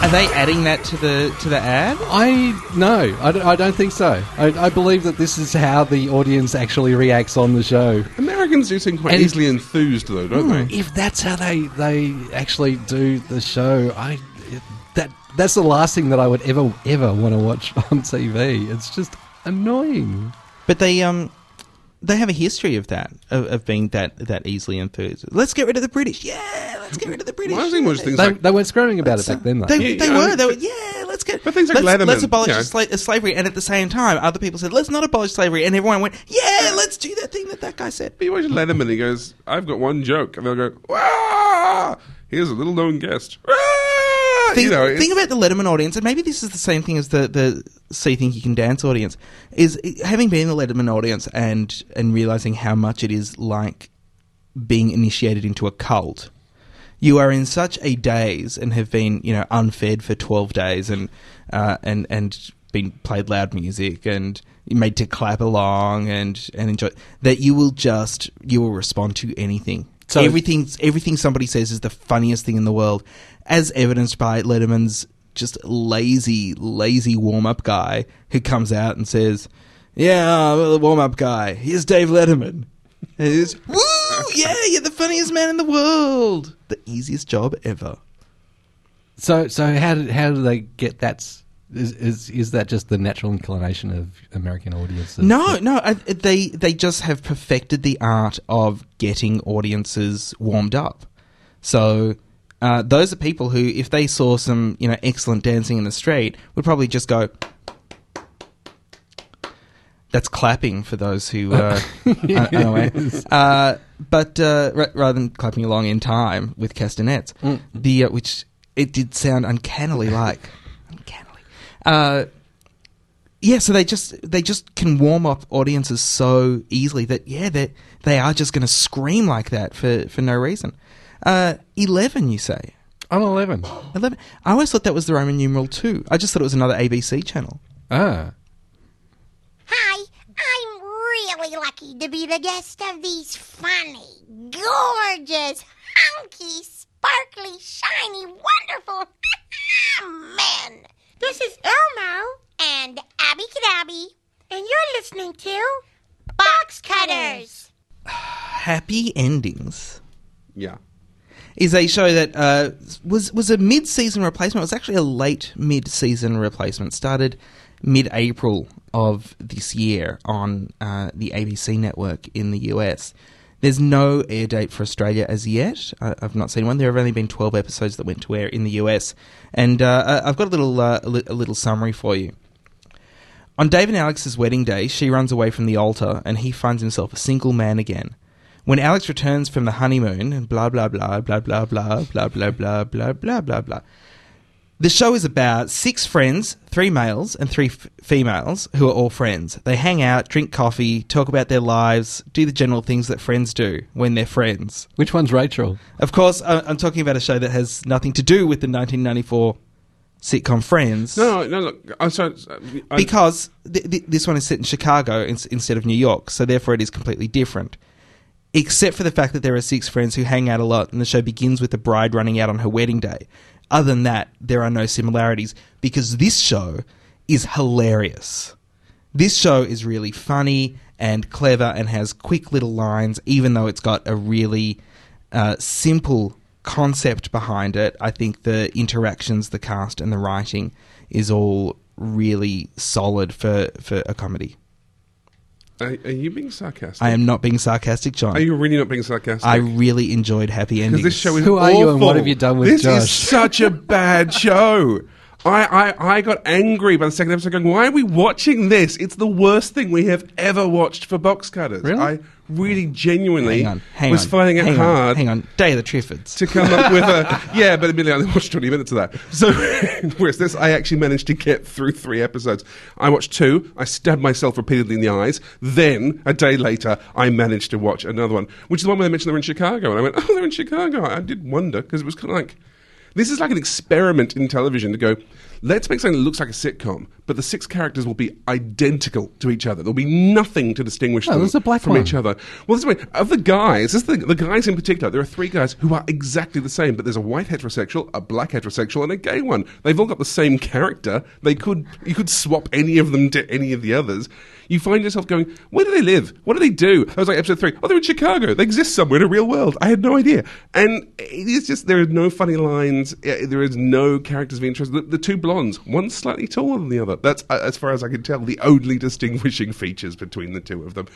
[SPEAKER 2] Are they adding that to the to the ad?
[SPEAKER 1] I no, I, don't- I don't think so. I, I believe that this is how the audience actually reacts on the show.
[SPEAKER 3] Americans do seem quite
[SPEAKER 1] And-
[SPEAKER 3] easily enthused, though, don't they?
[SPEAKER 2] Hmm.
[SPEAKER 1] if that's how they they actually do the show, I it, that that's the last thing that I would ever ever want to watch on TV. It's just annoying.
[SPEAKER 2] But they um they have a history of that of, of being that that easily enthused. Let's get rid of the British. Yeah, let's get rid of the British.
[SPEAKER 3] Well, I was thinking more just things
[SPEAKER 1] They,
[SPEAKER 3] like
[SPEAKER 1] they weren't screaming about it
[SPEAKER 2] So-
[SPEAKER 1] back then, though.
[SPEAKER 2] They, they
[SPEAKER 3] yeah,
[SPEAKER 2] were.
[SPEAKER 3] I-
[SPEAKER 2] They were. Yeah, let's get.
[SPEAKER 3] But things like
[SPEAKER 2] let's,
[SPEAKER 3] Letterman,
[SPEAKER 2] let's abolish
[SPEAKER 3] you know.
[SPEAKER 2] sla- slavery, and at the same time, other people said, "Let's not abolish slavery," and everyone went, "Yeah, let's do that thing that that guy said."
[SPEAKER 3] But you watch Letterman, he goes, I've got one joke. And they'll go, "Wah!" Here's a little known guest. Wah!"
[SPEAKER 2] Think,
[SPEAKER 3] you know, it's-
[SPEAKER 2] think about the Letterman audience, and maybe this is the same thing as the the "So You Think You Can Dance" audience. Is having been the Letterman audience and and realizing how much it is like being initiated into a cult. You are in such a daze and have been, you know, unfed for twelve days, and uh, and and been played loud music and made to clap along and and enjoy that you will just you will respond to anything.
[SPEAKER 1] So-
[SPEAKER 2] everything everything somebody says is the funniest thing in the world, as evidenced by Letterman's just lazy lazy warm up guy who comes out and says, "Yeah, well, the warm up guy. Here's Dave Letterman." And he's, "Woo! Yeah, you're the funniest man in the world. The easiest job ever."
[SPEAKER 1] So so how did how do they get that? s- Is, is is that just the natural inclination of American audiences?
[SPEAKER 2] No, no, I, they they just have perfected the art of getting audiences warmed up. So uh, those are people who, if they saw some you know excellent dancing in the street, would probably just go. That's clapping for those who uh, aren't aware. Uh, but uh, ra- rather than clapping along in time with castanets, the uh, which it did sound uncannily like uncannily. Uh, yeah, so they just they just can warm up audiences so easily that yeah, they they are just going to scream like that for for no reason. Uh, Eleven, you say?
[SPEAKER 1] on eleven.
[SPEAKER 2] Eleven? I always thought that was the Roman numeral two. I just thought it was another ABC channel.
[SPEAKER 1] Ah,
[SPEAKER 10] Hi, I'm really lucky to be the guest of these funny, gorgeous, hunky, sparkly, shiny, wonderful men. This is Elmo and Abby Cadabby, and you're listening to Box Cutters, Matters.
[SPEAKER 2] Happy Endings
[SPEAKER 3] Yeah.
[SPEAKER 2] is a show that uh, was was a mid season replacement. It was actually a late mid season replacement. Started mid April of this year on uh, the ABC network in the US. There's no air date for Australia as yet. I, I've not seen one. There have only been 12 episodes that went to air in the US, and uh, I- I've got a little uh, a li- a little summary for you. On Dave and Alex's wedding day, she runs away from the altar and he finds himself a single man again. When Alex returns from the honeymoon and blah blah blah blah blah blah blah blah blah blah blah blah blah. The show is about six friends, three males and three f- females, who are all friends. They hang out, drink coffee, talk about their lives, do the general things that friends do when they're friends.
[SPEAKER 1] Which one's Rachel?
[SPEAKER 2] Of course, I- I'm talking about a show that has nothing to do with the 1994 sitcom Friends
[SPEAKER 3] No, no, look. I'm sorry. I,
[SPEAKER 2] because th- th- this one is set in Chicago in- instead of New York, so therefore it is completely different. Except for the fact that there are six friends who hang out a lot, and the show begins with the bride running out on her wedding day. Other than that, there are no similarities because this show is hilarious. This show is really funny and clever and has quick little lines, even though it's got a really uh, simple concept behind it. I think the interactions, the cast, and the writing is all really solid for, for a comedy.
[SPEAKER 3] are, are you being sarcastic?
[SPEAKER 2] I am not being sarcastic,
[SPEAKER 3] Are
[SPEAKER 2] John.
[SPEAKER 3] you really not being sarcastic?
[SPEAKER 2] I really enjoyed Happy Endings.
[SPEAKER 3] Because this show is
[SPEAKER 1] Who are you and
[SPEAKER 3] awful.
[SPEAKER 1] what have you done with
[SPEAKER 3] this
[SPEAKER 1] Josh?
[SPEAKER 3] is such a bad show. I, I, I got angry by the second episode going, why are we watching this? It's the worst thing we have ever watched for box cutters.
[SPEAKER 1] Really?
[SPEAKER 3] I really genuinely
[SPEAKER 2] hang on, hang
[SPEAKER 3] was
[SPEAKER 2] on,
[SPEAKER 3] finding it
[SPEAKER 2] hang on,
[SPEAKER 3] hard
[SPEAKER 2] hang on, Day of the Triffids.
[SPEAKER 3] to come up with a yeah, but admittedly I only watched twenty minutes of that. So whereas this, I actually managed to get through three episodes. I watched two. I stabbed myself repeatedly in the eyes. Then a day later, I managed to watch another one, which is the one where they mentioned they're in Chicago, and I went, oh, they're in Chicago. I did wonder because it was kind of like this is like an experiment in television to go. Let's make something that looks like a sitcom, but the six characters will be identical to each other. There'll be nothing to distinguish
[SPEAKER 1] Oh,
[SPEAKER 3] them
[SPEAKER 1] there's a black
[SPEAKER 3] from
[SPEAKER 1] one.
[SPEAKER 3] each other other. Well, this way, of the guys, this is the, the guys in particular, there are three guys who are exactly the same, but there's a white heterosexual, a black heterosexual, and a gay one. They've all got the same character. They could you could swap any of them to any of the others. You find yourself going, where do they live? What do they do? I was like episode three. Oh, they're in Chicago. They exist somewhere in a real world. I had no idea. And it is just there are no funny lines. eh, There is no characters of interest. The, the two blondes, one's slightly taller than the other. That's uh, as far as I can tell the only distinguishing features between the two of them.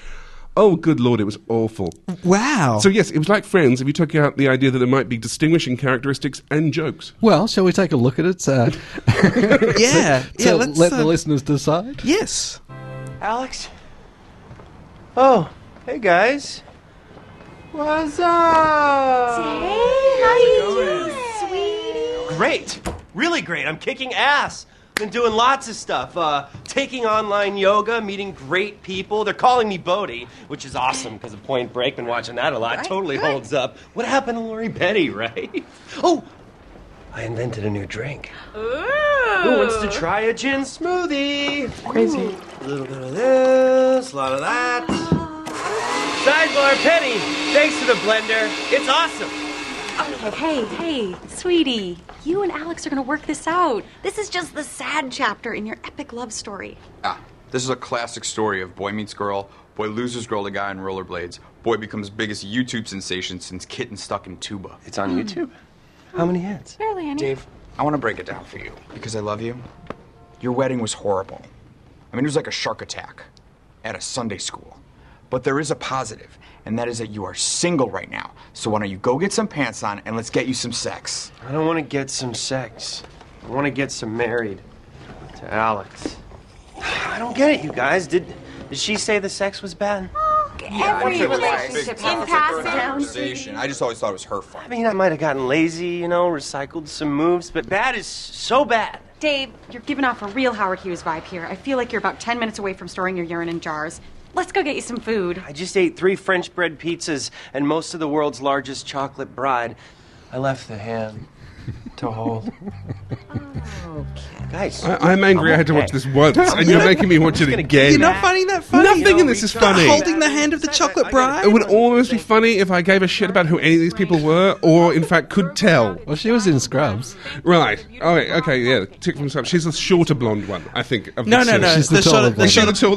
[SPEAKER 3] Oh, good lord, it was awful.
[SPEAKER 2] Wow.
[SPEAKER 3] So, yes, it was like Friends if you took out the idea that there might be distinguishing characteristics and jokes.
[SPEAKER 1] Well, shall we take a look at it? Uh,
[SPEAKER 2] yeah, yeah.
[SPEAKER 1] to
[SPEAKER 2] Let's,
[SPEAKER 1] let the
[SPEAKER 2] uh,
[SPEAKER 1] listeners decide.
[SPEAKER 2] yes.
[SPEAKER 5] Alex? Oh, hey guys. What's up?
[SPEAKER 10] how you doing, sweetie?
[SPEAKER 5] Great. Really great. I'm kicking ass. Been doing lots of stuff. Uh, taking online yoga, meeting great people. They're calling me Bodhi, which is awesome because of Point Break. Been watching that a lot. Totally holds up. What happened to Lori Betty, right? Oh, I invented a new drink. Who wants to try a gin smoothie? Crazy. A little bit of this, a lot of that. Sidebar Penny, thanks to the blender. It's awesome.
[SPEAKER 7] Hey, hey, sweetie. You and Alex are gonna work this out.
[SPEAKER 8] This is just the sad chapter in your epic love story.
[SPEAKER 9] Ah, this is a classic story of boy meets girl, boy loses girl to guy on rollerblades, boy becomes biggest YouTube sensation since kitten stuck in tuba.
[SPEAKER 5] It's on YouTube. How many hits?
[SPEAKER 7] Barely any.
[SPEAKER 9] Dave, I want to break it down for you because I love you. Your wedding was horrible. I mean, it was like a shark attack at a Sunday school. But there is a positive, and that is that you are single right now. So why don't you go get some pants on and let's get you some sex?
[SPEAKER 5] I don't want to get some sex. I want to get some married to Alex. I don't get it, you guys. Did did she say the sex was bad?
[SPEAKER 10] Every relationship
[SPEAKER 9] Big
[SPEAKER 10] in
[SPEAKER 9] topic for conversation. I just always thought it was her fault.
[SPEAKER 5] I mean, I might have gotten lazy, you know, recycled some moves, but bad is so bad.
[SPEAKER 7] Dave, you're giving off a real Howard Hughes vibe here. I feel like you're about 10 minutes away from storing your urine in jars. Let's go get you some food.
[SPEAKER 5] I just ate three French bread pizzas and most of the world's largest chocolate bride. I left the ham to hold. Guys,
[SPEAKER 3] I, I'm angry. I had to watch this once, and you're making me watch it again.
[SPEAKER 2] You're not finding that funny.
[SPEAKER 3] Nothing in this is funny.
[SPEAKER 2] Holding the hand of the chocolate bride.
[SPEAKER 3] It would almost be funny if I gave a shit about who any of these people were, or in fact could tell. Well, she was in Scrubs, right? Okay, okay, yeah. Tick from Scrubs. She's the shorter blonde one, I think. Of
[SPEAKER 2] No,
[SPEAKER 3] the
[SPEAKER 2] no,
[SPEAKER 3] two.
[SPEAKER 2] no.
[SPEAKER 3] She's the taller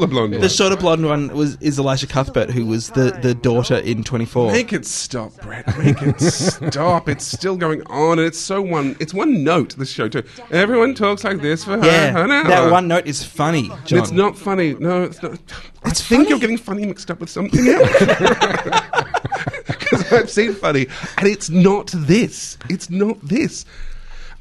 [SPEAKER 3] blonde one.
[SPEAKER 2] The shorter blonde one was is Elisha Cuthbert, who was the, the daughter in Twenty Four.
[SPEAKER 3] Make it stop, Brett. Make it stop. It's still going on, and it's so one. It's one note. This show too. Everyone talks like this for her.
[SPEAKER 2] Yeah,
[SPEAKER 3] an hour.
[SPEAKER 2] that one note is funny.
[SPEAKER 3] And
[SPEAKER 2] John.
[SPEAKER 3] It's not funny. No, it's not. I think you're getting funny mixed up with something else. Because I've seen funny, and it's not this. It's not this.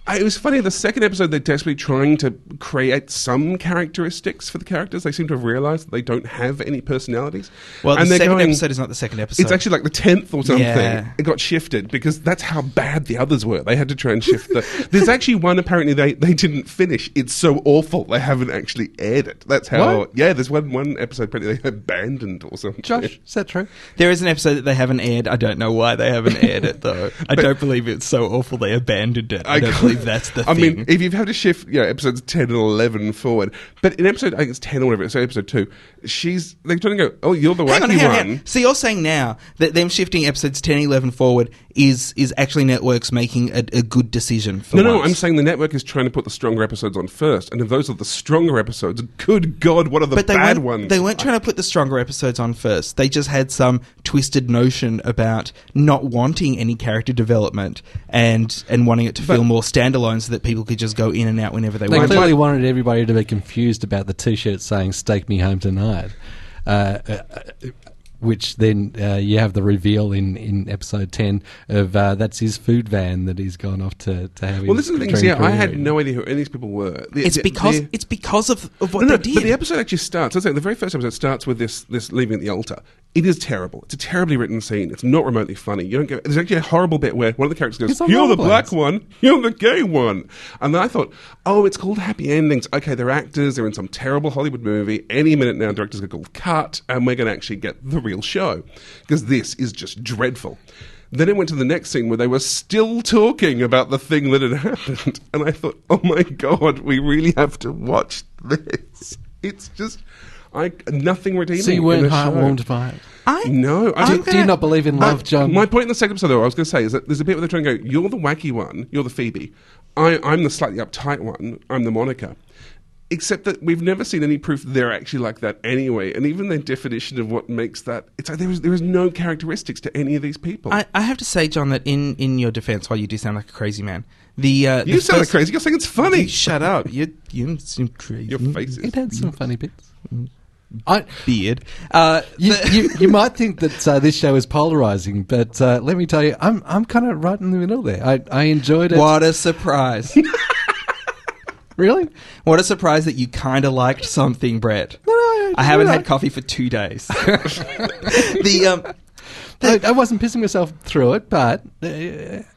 [SPEAKER 3] I, it was funny. The second episode, they're desperately trying to create some characteristics for the characters. They seem to have realised that they don't have any personalities.
[SPEAKER 2] Well, the
[SPEAKER 3] they're
[SPEAKER 2] second episode is not the second episode.
[SPEAKER 3] It's actually like the tenth or something.
[SPEAKER 2] Yeah.
[SPEAKER 3] It got shifted because that's how bad the others were. They had to try and shift the. There's actually one apparently they, they didn't finish. It's so awful they haven't actually aired it. That's how.
[SPEAKER 2] What?
[SPEAKER 3] Yeah, there's one one episode apparently they abandoned or something.
[SPEAKER 1] Josh, is that true?
[SPEAKER 2] There is an episode that they haven't aired. I don't know why they haven't aired it though. I don't believe it's so awful they abandoned it. I, don't
[SPEAKER 3] can't-
[SPEAKER 2] believe that's the
[SPEAKER 3] I
[SPEAKER 2] thing.
[SPEAKER 3] mean, if you've had to shift, you know, episodes ten and eleven forward, but in episode I think it's ten or whatever, so episode two, she's they're trying to go, oh, you're the
[SPEAKER 2] hang
[SPEAKER 3] wacky
[SPEAKER 2] on, hang on,
[SPEAKER 3] one.
[SPEAKER 2] hang on. So you're saying now that them shifting episodes 10, 11 forward is is actually networks making a, a good decision? For
[SPEAKER 3] No, no,
[SPEAKER 2] once.
[SPEAKER 3] I'm saying the network is trying to put the stronger episodes on first, and if those are the stronger episodes, good God, what are the
[SPEAKER 2] but they
[SPEAKER 3] bad
[SPEAKER 2] weren't,
[SPEAKER 3] ones?
[SPEAKER 2] They weren't trying to put the stronger episodes on first. They just had some twisted notion about not wanting any character development and and wanting it to feel more standalone, so that people could just go in and out whenever they
[SPEAKER 1] They
[SPEAKER 2] want.
[SPEAKER 1] clearly wanted everybody to be confused about the T-shirt saying "Stake Me Home Tonight," uh, uh, uh, which then uh, you have the reveal in, in episode ten of uh, that's his food van that he's gone off to to have.
[SPEAKER 3] Well, this
[SPEAKER 1] his
[SPEAKER 3] is the thing.
[SPEAKER 1] dream
[SPEAKER 3] is, Yeah, I
[SPEAKER 1] career
[SPEAKER 3] had
[SPEAKER 1] in.
[SPEAKER 3] no idea who any of these people were. The-
[SPEAKER 2] It's
[SPEAKER 3] the-
[SPEAKER 2] because
[SPEAKER 3] the-
[SPEAKER 2] it's because of, of what
[SPEAKER 3] no, no,
[SPEAKER 2] they did.
[SPEAKER 3] But the episode actually starts. I'd say the very first episode starts with this this leaving at the altar. It is terrible. It's a terribly written scene. It's not remotely funny. You don't get. There's actually a horrible bit where one of the characters
[SPEAKER 1] It's
[SPEAKER 3] goes,
[SPEAKER 1] on
[SPEAKER 3] "You're the
[SPEAKER 1] roleplays."
[SPEAKER 3] black one. You're the gay one." And then I thought, "Oh, it's called happy endings. Okay, they're actors. They're in some terrible Hollywood movie. Any minute now, directors going to call cut, and we're going to actually get the real show because this is just dreadful." Then it went to the next scene where they were still talking about the thing that had happened. And I thought, oh my God, we really have to watch this. It's just, I nothing redeeming.
[SPEAKER 1] So you
[SPEAKER 3] in
[SPEAKER 1] weren't
[SPEAKER 3] the show.
[SPEAKER 1] heartwarmed by it.
[SPEAKER 2] I
[SPEAKER 3] No, I
[SPEAKER 2] I'm
[SPEAKER 1] Do, do you not believe in love,
[SPEAKER 3] I-
[SPEAKER 1] John?
[SPEAKER 3] My point in the second episode, though, I was going to say, is that there's a bit where they're trying to go, you're the wacky one, you're the Phoebe. I, I'm the slightly uptight one, I'm the Monica. Except that we've never seen any proof they're actually like that anyway. And even their definition of what makes that, it's like there is, there is no characteristics to any of these people.
[SPEAKER 2] I, I have to say, John, that in, in your defense, while you do sound like a crazy man, the uh,
[SPEAKER 3] you
[SPEAKER 2] the
[SPEAKER 3] sound like
[SPEAKER 2] first-
[SPEAKER 3] crazy. You're saying it's funny.
[SPEAKER 2] You shut up. You you seem crazy.
[SPEAKER 3] Your face is.
[SPEAKER 1] It had some funny bits.
[SPEAKER 3] Mm.
[SPEAKER 1] I,
[SPEAKER 2] beard. Uh,
[SPEAKER 1] you,
[SPEAKER 2] the-
[SPEAKER 1] you, you might think that uh, this show is polarizing, but uh, let me tell you, I'm I'm kind of right in the middle there. I, I enjoyed it.
[SPEAKER 2] what a surprise!
[SPEAKER 1] Really?
[SPEAKER 2] what a surprise that you kind of liked something, Brett.
[SPEAKER 1] no,
[SPEAKER 2] I haven't
[SPEAKER 1] no.
[SPEAKER 2] had coffee for two days. the um,
[SPEAKER 1] I, I wasn't pissing myself through it, but uh,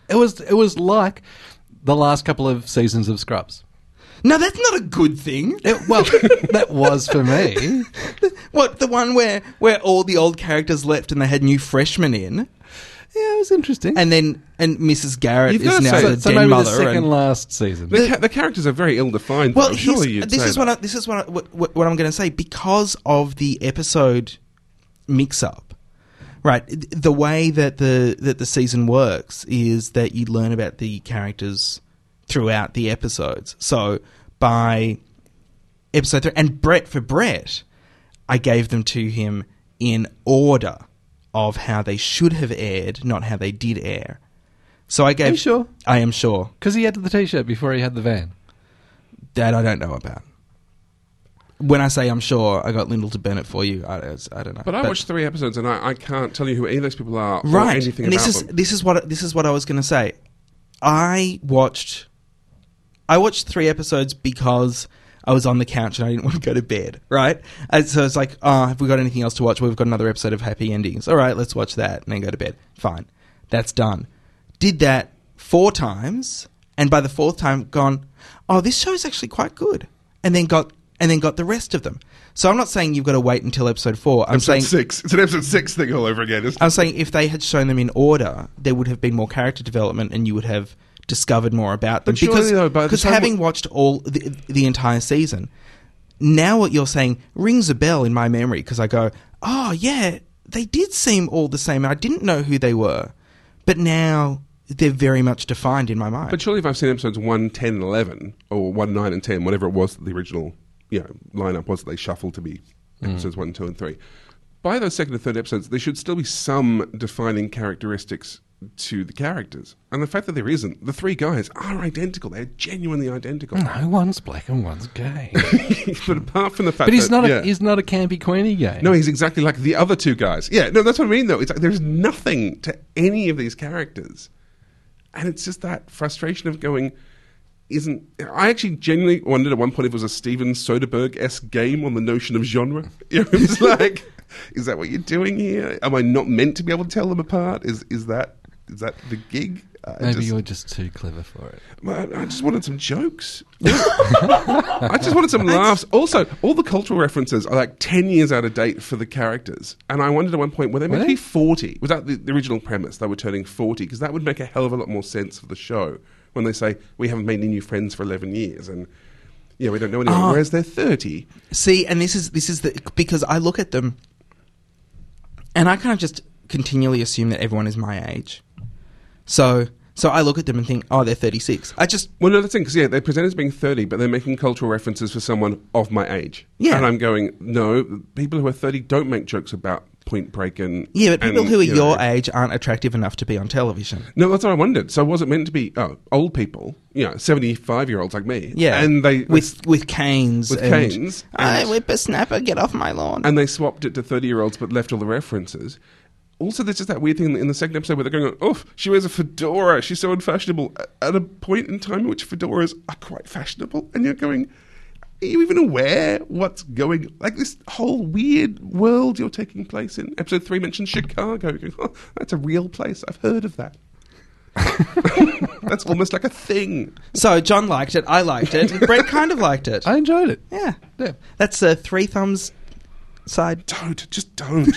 [SPEAKER 1] it was it was like the last couple of seasons of Scrubs.
[SPEAKER 2] no, that's not a good thing.
[SPEAKER 1] It, well, that was for me.
[SPEAKER 2] What the one where where all the old characters left and they had new freshmen in,
[SPEAKER 1] Yeah, it was interesting.
[SPEAKER 2] and then and Mrs. Garrett
[SPEAKER 3] You've
[SPEAKER 2] is
[SPEAKER 3] gotta
[SPEAKER 2] now
[SPEAKER 3] say-
[SPEAKER 2] the
[SPEAKER 1] so
[SPEAKER 2] den
[SPEAKER 1] maybe the
[SPEAKER 2] mother.
[SPEAKER 1] second
[SPEAKER 2] and-
[SPEAKER 1] last season.
[SPEAKER 3] The, ca- the characters are very ill-defined.
[SPEAKER 2] Well,
[SPEAKER 3] Well, surely
[SPEAKER 2] here's-
[SPEAKER 3] you'd
[SPEAKER 2] this
[SPEAKER 3] say
[SPEAKER 2] is
[SPEAKER 3] that.
[SPEAKER 2] what I, this is what, I, what what- what I'm going to say because of the episode mix-up. Right, th- the way that the that the season works is that you learn about the characters throughout the episodes. So by episode three, and Brett for Brett, I gave them to him in order of how they should have aired, not how they did air. So I gave.
[SPEAKER 1] you sure?
[SPEAKER 2] I am sure
[SPEAKER 1] Because he had the T-shirt before he had the van.
[SPEAKER 2] that I don't know about. When I say I'm sure, I got Lyndall to Bennett for you. I, it's- I don't know.
[SPEAKER 3] But I watched three episodes and I, I can't tell you who any of those people are or
[SPEAKER 2] right,
[SPEAKER 3] anything
[SPEAKER 2] and this
[SPEAKER 3] about
[SPEAKER 2] is
[SPEAKER 3] them.
[SPEAKER 2] this is what this is what I was going to say. I watched, I watched three episodes because I was on the couch and I didn't want to go to bed. Right, and so it's like, oh, have we got anything else to watch? Well, we've got another episode of Happy Endings. All right, let's watch that and then go to bed. Fine, that's done. Did that four times, and by the fourth time, gone. Oh, this show is actually quite good, and then got and then got the rest of them. So I'm not saying you've got to wait until episode four. I'm
[SPEAKER 3] Episode
[SPEAKER 2] saying
[SPEAKER 3] six. It's an episode six thing all over again. Isn't it?
[SPEAKER 2] I was saying if they had shown them in order, there would have been more character development, and you would have discovered more about them
[SPEAKER 3] But surely,
[SPEAKER 2] because
[SPEAKER 3] though, by the
[SPEAKER 2] because
[SPEAKER 3] time
[SPEAKER 2] having watched all the, the entire season, now what you're saying rings a bell in my memory because I go, oh yeah, they did seem all the same. I didn't know who they were, but now they're very much defined in my mind.
[SPEAKER 3] But surely if I've seen episodes 1, 10, and 11, or 1, 9, and 10, whatever it was that the original you know, lineup was that they shuffled to be
[SPEAKER 1] Mm.
[SPEAKER 3] episodes 1, 2, and 3, by those second and third episodes, there should still be some defining characteristics to the characters. And the fact that there isn't, the three guys are identical. They're genuinely identical.
[SPEAKER 1] No, one's black and one's gay.
[SPEAKER 3] but apart from the fact
[SPEAKER 1] But he's
[SPEAKER 3] that,
[SPEAKER 1] not a
[SPEAKER 3] yeah.
[SPEAKER 1] he's not a campy queenie gay.
[SPEAKER 3] No, he's exactly like the other two guys. Yeah, no, that's what I mean, though. It's like there's nothing to any of these characters. And it's just that frustration of going, isn't. I actually genuinely wondered at one point if it was a Steven Soderbergh esque game on the notion of genre. You know, it was like, is that what you're doing here? Am I not meant to be able to tell them apart? Is is that is that the gig? I
[SPEAKER 1] Maybe
[SPEAKER 3] just-
[SPEAKER 1] you're just too clever for it.
[SPEAKER 3] Man, I just wanted some jokes. I just wanted some laughs. Also, all the cultural references are like 10 years out of date for the characters. And I wondered at one point, were they meant
[SPEAKER 1] Were
[SPEAKER 3] to be
[SPEAKER 1] they?
[SPEAKER 3] 40? Was that the, the original premise? They were turning 40? Because that would make a hell of a lot more sense for the show when they say, we haven't made any new friends for 11 years. And, yeah, we don't know anyone.
[SPEAKER 2] Ah.
[SPEAKER 3] Whereas they're 30.
[SPEAKER 2] See, and this is this is the because I look at them, and I kind of just continually assume that everyone is my age. So so I look at them and think, oh, they're thirty six. I just
[SPEAKER 3] Well, no, that's the thing, because, yeah, they're presented as being 30, but they're making cultural references for someone of my age.
[SPEAKER 2] Yeah.
[SPEAKER 3] And I'm going, no, people who are 30 don't make jokes about Point Break and.
[SPEAKER 2] yeah, but people
[SPEAKER 3] and,
[SPEAKER 2] who are
[SPEAKER 3] you
[SPEAKER 2] your
[SPEAKER 3] know,
[SPEAKER 2] age aren't attractive enough to be on television.
[SPEAKER 3] No, that's what I wondered. So was it meant to be oh, old people, you know, seventy five year olds like me?
[SPEAKER 2] Yeah,
[SPEAKER 3] and they
[SPEAKER 2] with with canes
[SPEAKER 3] with
[SPEAKER 2] and,
[SPEAKER 3] canes
[SPEAKER 2] I
[SPEAKER 3] and-
[SPEAKER 2] whippersnapper, get off my lawn.
[SPEAKER 3] and they swapped it to thirty year olds, but left all the references. Also, there's just that weird thing in the- in the second episode where they're going, "Oh, she wears a fedora. She's so unfashionable." a- At a point in time in which fedoras are quite fashionable, and you're going, "Are you even aware what's going? Like this whole weird world you're taking place in." Episode three mentions Chicago. You're going, oh, that's a real place. I've heard of that. that's almost like a thing.
[SPEAKER 2] so John liked it. I liked it. Brett kind of liked it.
[SPEAKER 1] I enjoyed it.
[SPEAKER 2] yeah,
[SPEAKER 1] Yeah.
[SPEAKER 2] that's a three thumbs side.
[SPEAKER 3] Don't. Just don't.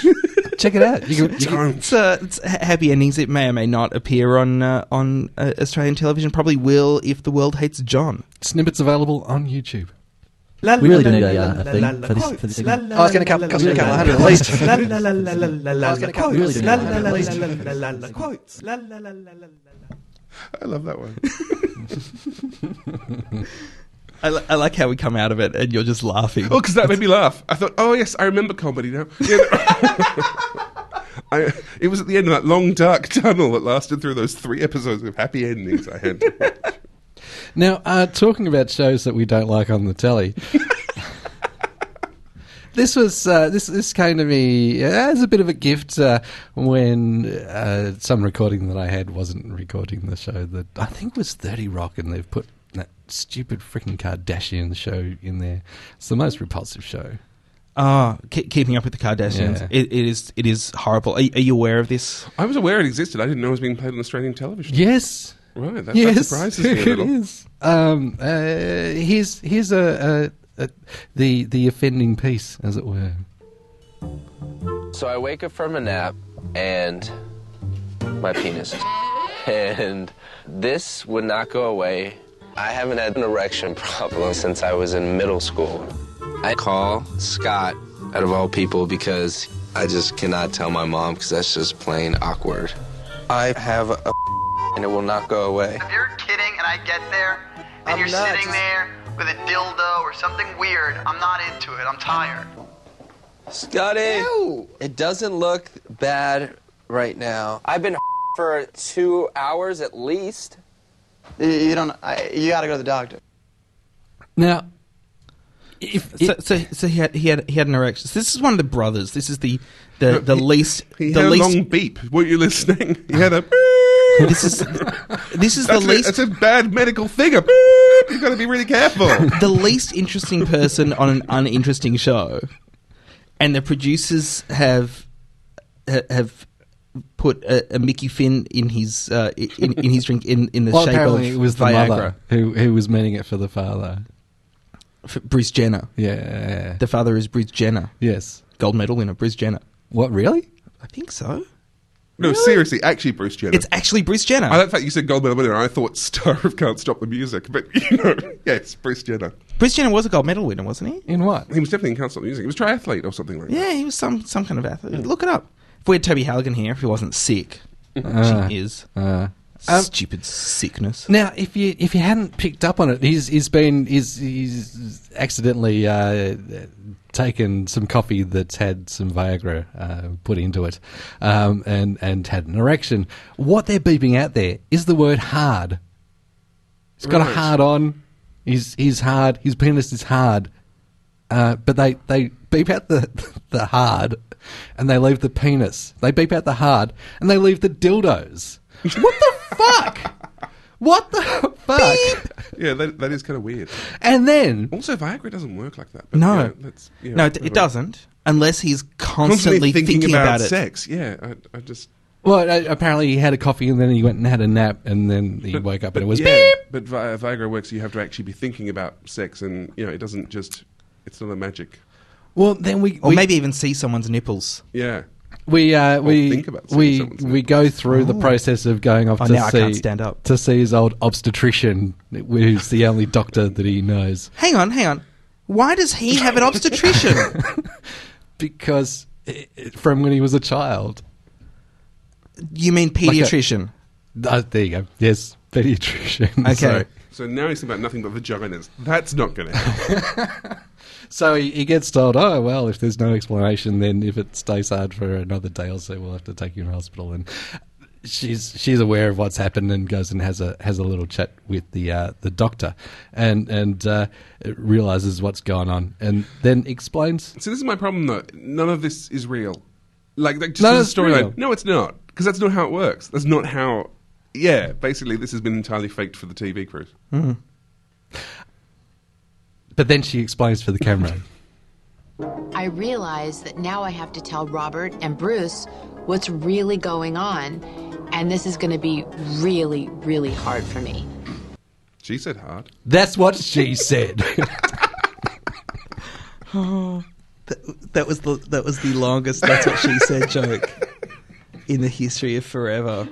[SPEAKER 1] Check it out. You can, you can-
[SPEAKER 3] don't.
[SPEAKER 2] It's, uh, it's ha- happy endings. It may or may not appear on uh, on uh, Australian television. Probably will if the world hates John.
[SPEAKER 1] snippets available on YouTube.
[SPEAKER 11] We really do need a, uh, a thing for this, for this segment.
[SPEAKER 12] Oh, it's going to come, cost me a couple of hundred at least.
[SPEAKER 3] I love that one.
[SPEAKER 2] I, li- I like how we come out of it and you're just laughing.
[SPEAKER 3] Oh, because that made me laugh. I thought, oh yes, I remember comedy now. Yeah, no- I, it was at the end of that long dark tunnel that lasted through those three episodes of happy endings I had.
[SPEAKER 1] Now, uh, talking about shows that we don't like on the telly. This was uh, this this came to me as a bit of a gift uh, when uh, some recording that I had wasn't recording the show that I think was Thirty Rock, and they've put that stupid freaking Kardashian show in there. It's the most repulsive show.
[SPEAKER 2] Ah, ke- keeping up with the Kardashians.
[SPEAKER 1] Yeah.
[SPEAKER 2] It, it is it is horrible. Are, are you aware of this?
[SPEAKER 3] I was aware it existed. I didn't know it was being played on Australian television.
[SPEAKER 1] Yes,
[SPEAKER 3] Right, that, that
[SPEAKER 1] yes,
[SPEAKER 3] surprises me a
[SPEAKER 1] it
[SPEAKER 3] little.
[SPEAKER 1] is. Um, uh, here's here's a, a, a the the offending piece, as it were.
[SPEAKER 13] So I wake up from a nap and my penis is. And this would not go away. I haven't had an erection problem since I was in middle school. I call Scott out of all people because I just cannot tell my mom because that's just plain awkward. I have a and it will not go away.
[SPEAKER 14] You're kidding, and I get there, and
[SPEAKER 13] I'm
[SPEAKER 14] you're
[SPEAKER 13] not.
[SPEAKER 14] sitting there with a dildo or something weird. I'm not into it. I'm tired.
[SPEAKER 13] Scotty, it doesn't look bad right now. I've been for two hours at least.
[SPEAKER 12] You don't. I, you got to go to the doctor.
[SPEAKER 1] Now,
[SPEAKER 2] so, so so he had he had he had an erection. So this is one of the brothers. This is the the, the least
[SPEAKER 3] He
[SPEAKER 2] the
[SPEAKER 3] had
[SPEAKER 2] least.
[SPEAKER 3] a long beep. Were you listening? He had a.
[SPEAKER 2] this is this is the
[SPEAKER 3] That's a-
[SPEAKER 2] least.
[SPEAKER 3] That's a bad medical thing. A beep. You've got to be really careful.
[SPEAKER 2] the least interesting person on an uninteresting show, and the producers have ha- have put a, a Mickey Finn in his uh, in, in his drink in, in the
[SPEAKER 1] well,
[SPEAKER 2] shape
[SPEAKER 1] apparently
[SPEAKER 2] of
[SPEAKER 1] it was the
[SPEAKER 2] Viagra.
[SPEAKER 1] mother who who was meaning it for the father.
[SPEAKER 2] F- Bruce Jenner.
[SPEAKER 1] Yeah,
[SPEAKER 2] the father is Bruce Jenner.
[SPEAKER 1] Yes,
[SPEAKER 2] gold medal winner Bruce Jenner.
[SPEAKER 1] What really?
[SPEAKER 2] I think so.
[SPEAKER 3] No, seriously, actually, Bruce Jenner.
[SPEAKER 2] It's actually Bruce Jenner.
[SPEAKER 3] I, in fact, you said gold medal winner, and I thought star of Can't Stop the Music, but you know, yeah, it's Bruce Jenner.
[SPEAKER 2] Bruce Jenner was a gold medal winner, wasn't he?
[SPEAKER 1] In what?
[SPEAKER 3] He was definitely in Can't Stop the Music. He was triathlete or something like that.
[SPEAKER 2] Yeah, he was some some kind of athlete. Look it up. If we had Toby Halligan here, if he wasn't sick, Mm-hmm.
[SPEAKER 1] Ah,
[SPEAKER 2] she is
[SPEAKER 1] ah.
[SPEAKER 2] stupid sickness.
[SPEAKER 1] Now, if you if you hadn't picked up on it, he's he's been he's he's accidentally uh, taken some coffee that's had some Viagra uh, put into it, um, and and had an erection. What they're beeping out there is the word hard. He's got
[SPEAKER 3] Right.
[SPEAKER 1] a hard on. He's he's hard. His penis is hard. Uh, but they they beep out the the hard, and they leave the penis. They beep out the hard, and they leave the dildos. What the fuck? What the fuck?
[SPEAKER 3] Yeah, that, that is kind of weird.
[SPEAKER 1] And then
[SPEAKER 3] Also, Viagra doesn't work like that. but
[SPEAKER 2] No,
[SPEAKER 3] yeah, that's, yeah,
[SPEAKER 2] no, it,
[SPEAKER 3] whatever.
[SPEAKER 2] it doesn't. Unless he's constantly, thinking, about, it.
[SPEAKER 3] sex. Yeah, I, I just.
[SPEAKER 1] Well, uh, apparently he had a coffee and then he went and had a nap and then he woke up and it was
[SPEAKER 3] yeah,
[SPEAKER 1] beep.
[SPEAKER 3] But Vi- Viagra works. You have to actually be thinking about sex, and you know, it doesn't just. It's not a magic.
[SPEAKER 1] Well, then we
[SPEAKER 2] Or
[SPEAKER 1] we,
[SPEAKER 2] maybe even see someone's nipples.
[SPEAKER 3] Yeah.
[SPEAKER 1] we uh, we
[SPEAKER 3] think about seeing
[SPEAKER 1] we
[SPEAKER 3] someone's
[SPEAKER 1] we go through the
[SPEAKER 2] Oh.
[SPEAKER 1] process of going off
[SPEAKER 2] Oh,
[SPEAKER 1] to
[SPEAKER 2] now I
[SPEAKER 1] see
[SPEAKER 2] can't stand up.
[SPEAKER 1] to see his old obstetrician, who's the only doctor that he knows,
[SPEAKER 2] Hang on, hang on. Why does he have an obstetrician?
[SPEAKER 1] because i i- from when he was a child.
[SPEAKER 2] you mean
[SPEAKER 1] Like a-
[SPEAKER 2] pediatrician?
[SPEAKER 1] Uh, there you go. Yes, pediatrician.
[SPEAKER 2] Okay.
[SPEAKER 1] Sorry.
[SPEAKER 3] So now he's thinking about nothing but vaginas. That's not going to happen.
[SPEAKER 1] So he, he gets told, oh, well, if there's no explanation, then if it stays hard for another day or so, we'll have to take you to hospital. And she's she's aware of what's happened and goes and has a has a little chat with the uh, the doctor and and uh, realizes what's going on and then explains.
[SPEAKER 3] so this is my problem, though. None of this is real. Like, like just
[SPEAKER 1] None
[SPEAKER 3] as a
[SPEAKER 1] of it's real.
[SPEAKER 3] storyline. No, it's not. Because that's not how it works. That's not how. Yeah, basically, this has been entirely faked for the TV crew.
[SPEAKER 1] But then she explains for the camera.
[SPEAKER 15] I realize that now I have to tell Robert and Bruce what's really going on, and this is going to be really, really hard for me.
[SPEAKER 3] She said hard.
[SPEAKER 1] That's what she said.
[SPEAKER 2] That, that was the that was the longest. That's what she said joke in the history of forever.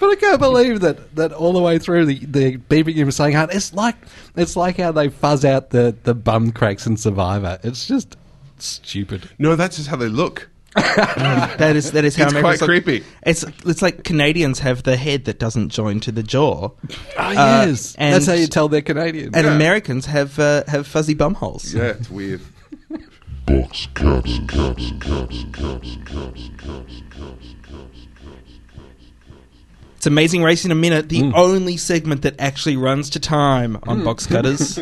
[SPEAKER 1] But I can't believe that, that all the way through the the beeping him saying hard. It's like it's like how they fuzz out the the bum cracks in Survivor. It's just stupid.
[SPEAKER 3] No, that's just how they look.
[SPEAKER 2] That is that is how
[SPEAKER 3] It's
[SPEAKER 2] Americans
[SPEAKER 3] quite
[SPEAKER 2] look.
[SPEAKER 3] creepy.
[SPEAKER 2] It's it's like Canadians have the head that doesn't join to the jaw.
[SPEAKER 1] Oh,
[SPEAKER 2] Uh,
[SPEAKER 1] yes.
[SPEAKER 2] and-
[SPEAKER 1] That's how you tell they're Canadian.
[SPEAKER 2] And
[SPEAKER 3] Yeah.
[SPEAKER 2] Americans have uh, have fuzzy bum holes.
[SPEAKER 3] Yeah, it's weird.
[SPEAKER 6] Box cuts, cuts, cuts, cuts, cuts, cuts,
[SPEAKER 2] It's amazing race in a minute. The only segment that actually runs to time on box cutters.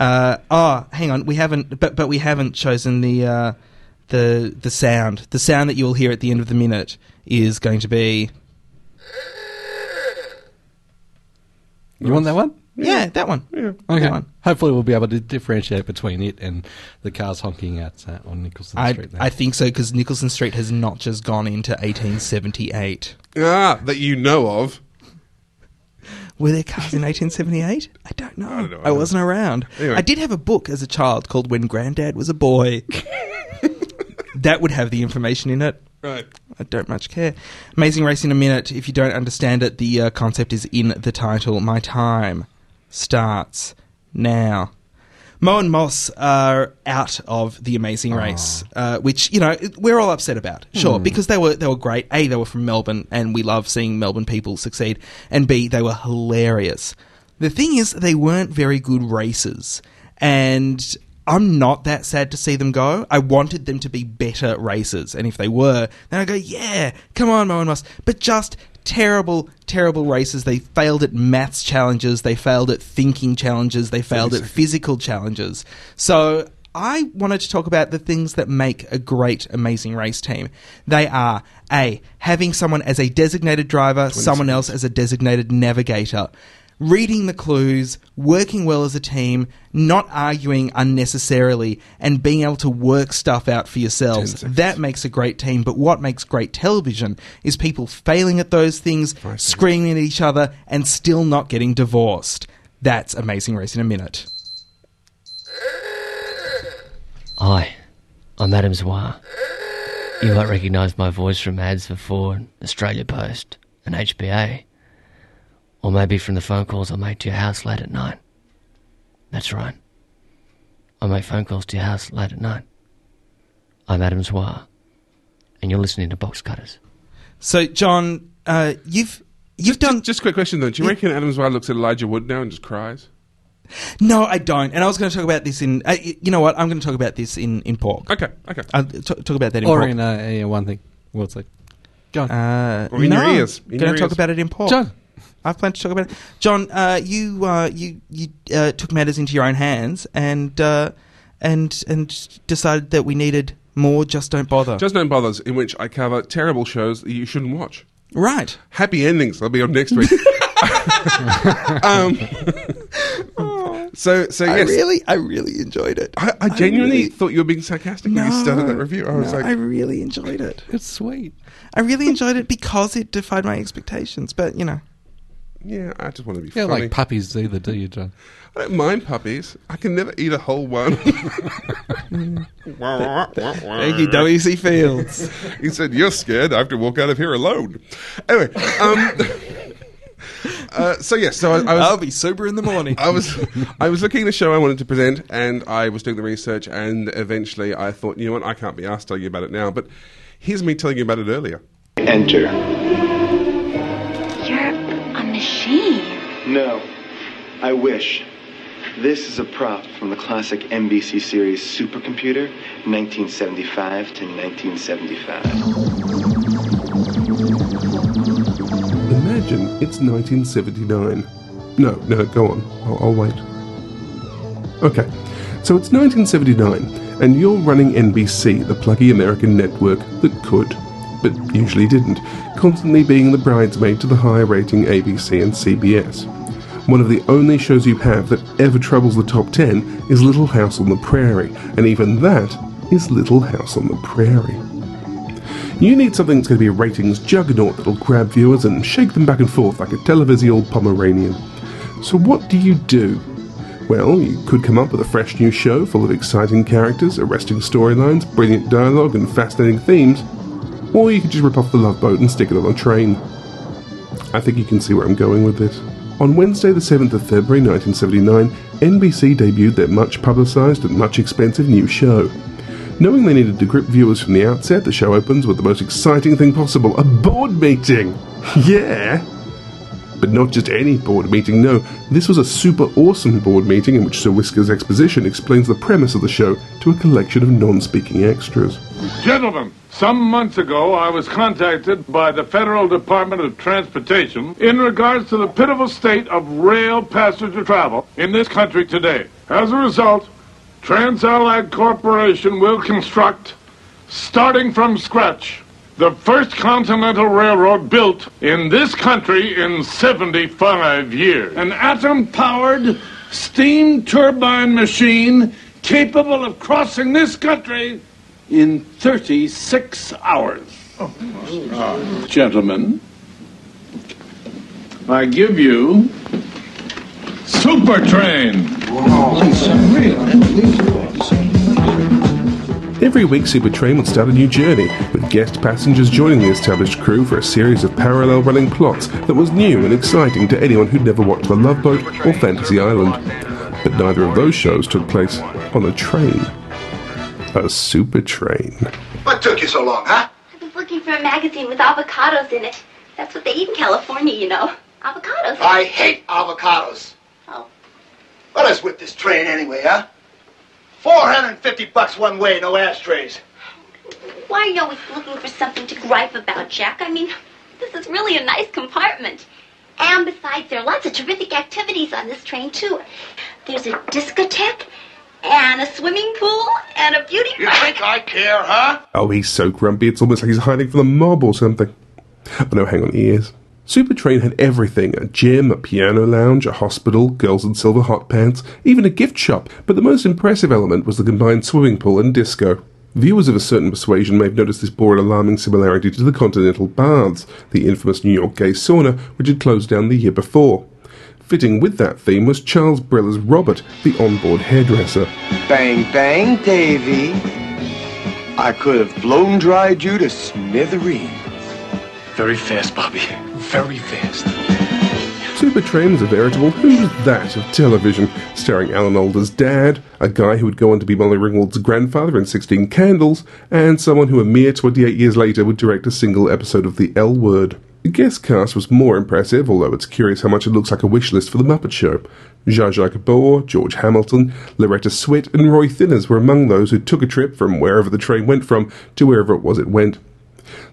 [SPEAKER 2] uh, oh, hang on, we haven't, but but we haven't chosen the uh, the the sound. The sound that you will hear at the end of the minute is going to be
[SPEAKER 1] You want that one?
[SPEAKER 2] yeah, that one.
[SPEAKER 1] Okay.
[SPEAKER 2] That one.
[SPEAKER 1] Hopefully, we'll be able to differentiate between it and the cars honking out uh, on Nicholson
[SPEAKER 2] I,
[SPEAKER 1] Street. There.
[SPEAKER 2] I think so because Nicholson Street has not just gone into 1878.
[SPEAKER 3] Ah, that you know of.
[SPEAKER 2] Were there cars in 1878? I don't know. I,
[SPEAKER 3] don't know. I don't
[SPEAKER 2] wasn't around.
[SPEAKER 3] Anyway.
[SPEAKER 2] I did have a book as a child called When Granddad Was a Boy. that would have the information in it.
[SPEAKER 3] Right.
[SPEAKER 2] I don't much care. Amazing Race in a Minute. If you don't understand it, the uh, concept is in the title. My time starts now. Mo and Moss are out of the Amazing Race, uh, which you know it- we're all upset about. Sure, because they were they were great. A, they were from Melbourne, and we love seeing Melbourne people succeed. And B, they were hilarious. The thing is, they weren't very good racers, and I'm not that sad to see them go. I wanted them to be better racers, and if they were, then I go, yeah, come on, Mo and Moss. But just terrible, terrible races. They failed at maths challenges. They failed at thinking challenges. They failed at physical challenges. So I wanted to talk about the things that make a great, amazing race team. They are A, having someone as a designated driver, someone else as a designated navigator. Reading the clues, working well as a team, not arguing unnecessarily, and being able to work stuff out for yourselves. That makes a great team, but what makes great television is people failing at those things, screaming at each other, and still not getting divorced. That's Amazing Race in a Minute.
[SPEAKER 16] Hi, I'm Adam Zwar. You might recognise my voice from ads for Ford, Australia Post, and HBA. Or maybe from the phone calls I make to your house late at night. That's right. I make phone calls to your house late at night. I'm Adam Zwar, and you're listening to Box Cutters.
[SPEAKER 2] So, John, uh, you've you've
[SPEAKER 3] done. Just, a quick question though. Do you reckon Adam Zwar looks at Elijah Wood now and just cries?
[SPEAKER 2] No, I don't. And I was going to talk about this in. Uh, y- you know what? I'm going to talk about this in in pork.
[SPEAKER 3] Okay, okay.
[SPEAKER 2] I'll t- talk about that in
[SPEAKER 1] or
[SPEAKER 2] pork.
[SPEAKER 1] in uh, yeah, one thing. We'll see. John.
[SPEAKER 2] Uh,
[SPEAKER 3] Or in
[SPEAKER 2] no,
[SPEAKER 3] your ears. In
[SPEAKER 2] Going
[SPEAKER 3] your
[SPEAKER 2] to talk
[SPEAKER 3] ears.
[SPEAKER 2] about it in pork.
[SPEAKER 1] John.
[SPEAKER 2] I've planned to talk about it. John, uh, you uh, you you uh, took matters into your own hands and uh, and and decided that we needed more. Just don't bother.
[SPEAKER 3] Just Don't Bothers, in which I cover terrible shows that you shouldn't watch.
[SPEAKER 2] Right.
[SPEAKER 3] Happy endings. I'll be on next week. um, so, so
[SPEAKER 2] I
[SPEAKER 3] Uh, yes.
[SPEAKER 2] really, I really enjoyed it.
[SPEAKER 3] I, I genuinely thought you were being sarcastic when you started that review. I was
[SPEAKER 2] no,
[SPEAKER 3] like,
[SPEAKER 2] I really enjoyed it.
[SPEAKER 1] It's sweet.
[SPEAKER 2] I really enjoyed it because it defied my expectations. But you know,
[SPEAKER 3] yeah, I just want to be
[SPEAKER 1] You don't
[SPEAKER 3] funny.
[SPEAKER 1] like puppies either, do you, John?
[SPEAKER 3] I don't mind puppies. I can never eat a whole one. Thank
[SPEAKER 2] you, W.C. Fields.
[SPEAKER 3] he said, "You're scared. I have to walk out of here alone." Anyway, um, uh, so yes, so I, I was.
[SPEAKER 2] I'll be sober in the morning.
[SPEAKER 3] I was I was looking at a show I wanted to present, and I was doing the research, and eventually I thought, you know what, I can't be asked to tell you about it now, but here's me telling you about it earlier.
[SPEAKER 17] Enter.
[SPEAKER 8] You're a machine.
[SPEAKER 17] No, I wish. This is a prop from the classic NBC series Supercomputer, 1975 to 1975.
[SPEAKER 3] Imagine it's 1979. No, no, go on. I'll, I'll wait. Okay, so it's 1979, and you're running NBC, the plucky American network that could, but usually didn't, constantly being the bridesmaid to the high rating ABC and CBS. One of the only shows you have that ever troubles the top 10 is Little House on the Prairie, and even that is Little House on the Prairie. You need something that's going to be a ratings juggernaut that'll grab viewers and shake them back and forth like a televisual Pomeranian. So, what do you do? Well, you could come up with a fresh new show full of exciting characters, arresting storylines, brilliant dialogue, and fascinating themes, or you could just rip off the Love Boat and stick it on a train. I think you can see where I'm going with this. On Wednesday, the 7th of February 1979, NBC debuted their much publicised and much expensive new show. Knowing they needed to grip viewers from the outset, the show opens with the most exciting thing possible a board meeting! Yeah! But not just any board meeting, no. This was a super awesome board meeting in which Sir Whisker's exposition explains the premise of the show to a collection of non speaking extras.
[SPEAKER 18] Gentlemen, some months ago I was contacted by the Federal Department of Transportation in regards to the pitiful state of rail passenger travel in this country today. As a result, TransAllied Corporation will construct, starting from scratch, the first continental railroad built in this country in 75 years. An atom powered steam turbine machine capable of crossing this country in 36 hours. Ah, gentlemen, I give you Super Train.
[SPEAKER 3] Every week, Super Train would start a new journey, with guest passengers joining the established crew for a series of parallel running plots that was new and exciting to anyone who'd never watched The Love Boat or Fantasy Island. But neither of those shows took place on a train. A super train.
[SPEAKER 10] What took you so long, huh?
[SPEAKER 8] I've been looking for a magazine with avocados in it. That's what they eat in California, you know. Avocados.
[SPEAKER 10] I hate avocados.
[SPEAKER 8] Oh.
[SPEAKER 10] Well, let's whip this train anyway, huh? 450 bucks one way, no ashtrays.
[SPEAKER 8] Why are you always looking for something to gripe about, Jack? I mean, this is really a nice compartment. And besides, there are lots of terrific activities on this train, too. There's a discotheque, and a swimming pool, and a beauty
[SPEAKER 10] You think I care, huh?
[SPEAKER 3] Oh, he's so grumpy, it's almost like he's hiding from the mob or something. Oh no, hang on, he is. Super Train had everything a gym, a piano lounge, a hospital, girls in silver hot pants, even a gift shop, but the most impressive element was the combined swimming pool and disco. Viewers of a certain persuasion may have noticed this bore an alarming similarity to the Continental Baths, the infamous New York gay sauna, which had closed down the year before. Fitting with that theme was Charles Breller's Robert, the onboard hairdresser.
[SPEAKER 19] Bang, bang, Davy.
[SPEAKER 17] I could have blown dried you to smithereens. Very fast, Bobby. Very fast.
[SPEAKER 3] Super Trends, a veritable who's that of television, starring Alan Alda's dad, a guy who would go on to be Molly Ringwald's grandfather in 16 Candles, and someone who a mere 28 years later would direct a single episode of The L Word. The guest cast was more impressive, although it's curious how much it looks like a wish list for The Muppet Show. Jean-Jacques Bohr, George Hamilton, Loretta Swit, and Roy Thinners were among those who took a trip from wherever the train went from to wherever it was it went.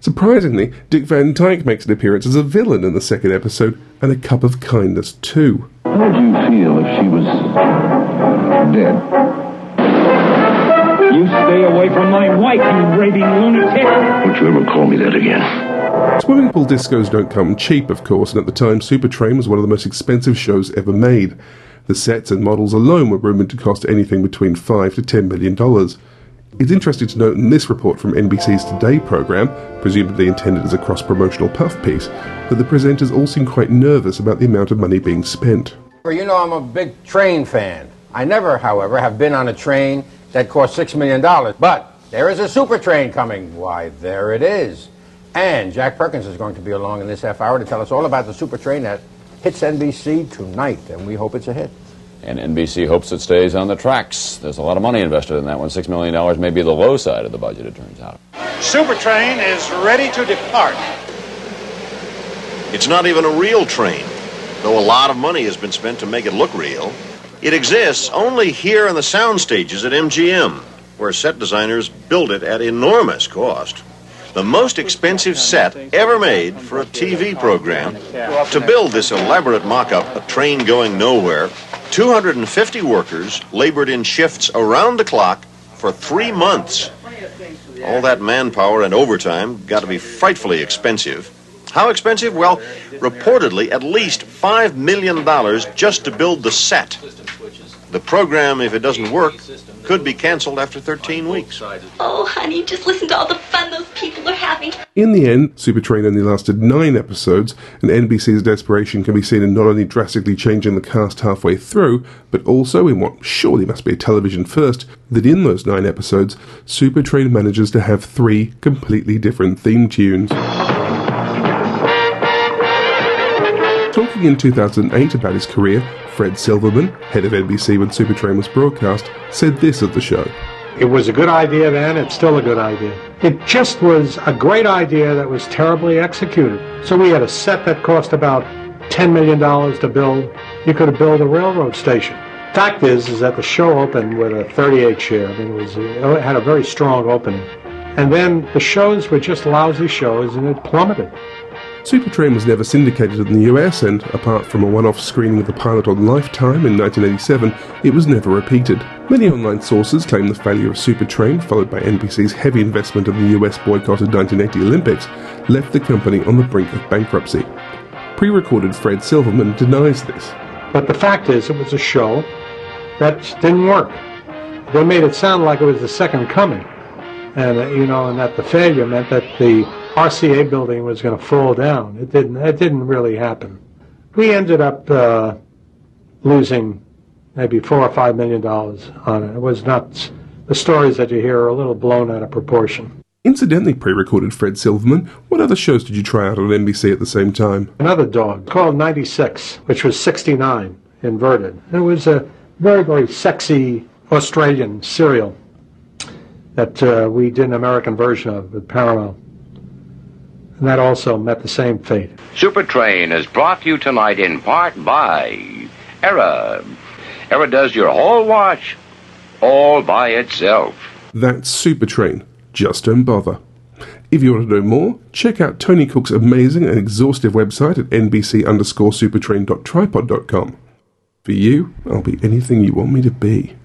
[SPEAKER 3] Surprisingly, Dick Van Dyke makes an appearance as a villain in the second episode, and a cup of kindness too.
[SPEAKER 6] How would you feel if she was dead?
[SPEAKER 19] You stay away from my wife, you raving lunatic!
[SPEAKER 6] Don't you ever call me that again.
[SPEAKER 3] Swimming pool discos don't come cheap, of course, and at the time, Super Train was one of the most expensive shows ever made. The sets and models alone were rumored to cost anything between five to ten million dollars. It's interesting to note in this report from NBC's Today program, presumably intended as a cross promotional puff piece, that the presenters all seem quite nervous about the amount of money being spent.
[SPEAKER 20] Well, you know I'm a big train fan. I never, however, have been on a train that cost $6 million. But there is a super train coming. Why, there it is. And Jack Perkins is going to be along in this half hour to tell us all about the super train that hits NBC tonight, and we hope it's a hit.
[SPEAKER 21] And NBC hopes it stays on the tracks. There's a lot of money invested in that one. Six million dollars may be the low side of the budget, it turns out.
[SPEAKER 22] Supertrain is ready to depart.
[SPEAKER 23] It's not even a real train, though a lot of money has been spent to make it look real. It exists only here on the sound stages at MGM, where set designers build it at enormous cost. The most expensive set ever made for a TV program. To build this elaborate mock up, a train going nowhere, 250 workers labored in shifts around the clock for three months. All that manpower and overtime got to be frightfully expensive. How expensive? Well, reportedly at least $5 million just to build the set. The program, if it doesn't work, could be canceled after 13 weeks.
[SPEAKER 8] Oh, honey, just listen to all the fun those people are having.
[SPEAKER 3] In the end, Supertrain only lasted nine episodes, and NBC's desperation can be seen in not only drastically changing the cast halfway through, but also in what surely must be a television first that in those nine episodes, Supertrain manages to have three completely different theme tunes. Talking in 2008 about his career, Fred Silverman, head of NBC when Supertrain was broadcast, said this at the show.
[SPEAKER 24] It was a good idea then, it's still a good idea. It just was a great idea that was terribly executed. So we had a set that cost about $10 million to build. You could have built a railroad station. Fact is, is that the show opened with a 38 share. I mean, it, was, it had a very strong opening. And then the shows were just lousy shows and it plummeted.
[SPEAKER 3] Supertrain was never syndicated in the US, and apart from a one off screening of the pilot on Lifetime in 1987, it was never repeated. Many online sources claim the failure of Supertrain, followed by NBC's heavy investment in the US boycotted 1980 Olympics, left the company on the brink of bankruptcy. Pre recorded Fred Silverman denies this.
[SPEAKER 24] But the fact is, it was a show that didn't work. They made it sound like it was the second coming. And, uh, you know, and that the failure meant that the RCA building was going to fall down. It didn't. It didn't really happen. We ended up uh, losing maybe four or five million dollars on it. It was not. The stories that you hear are a little blown out of proportion.
[SPEAKER 3] Incidentally, pre recorded Fred Silverman, what other shows did you try out on NBC at the same time?
[SPEAKER 24] Another dog called 96, Uh, which was 69 inverted. It was a very, very sexy Australian serial that uh, we did an American version of with Paramount and that also met the same fate.
[SPEAKER 25] Supertrain is brought to you tonight in part by Era. Era does your whole watch all by itself.
[SPEAKER 3] That's Supertrain. Just don't bother. If you want to know more, check out Tony Cook's amazing and exhaustive website at nbc underscore supertrain.tripod.com. For you, I'll be anything you want me to be.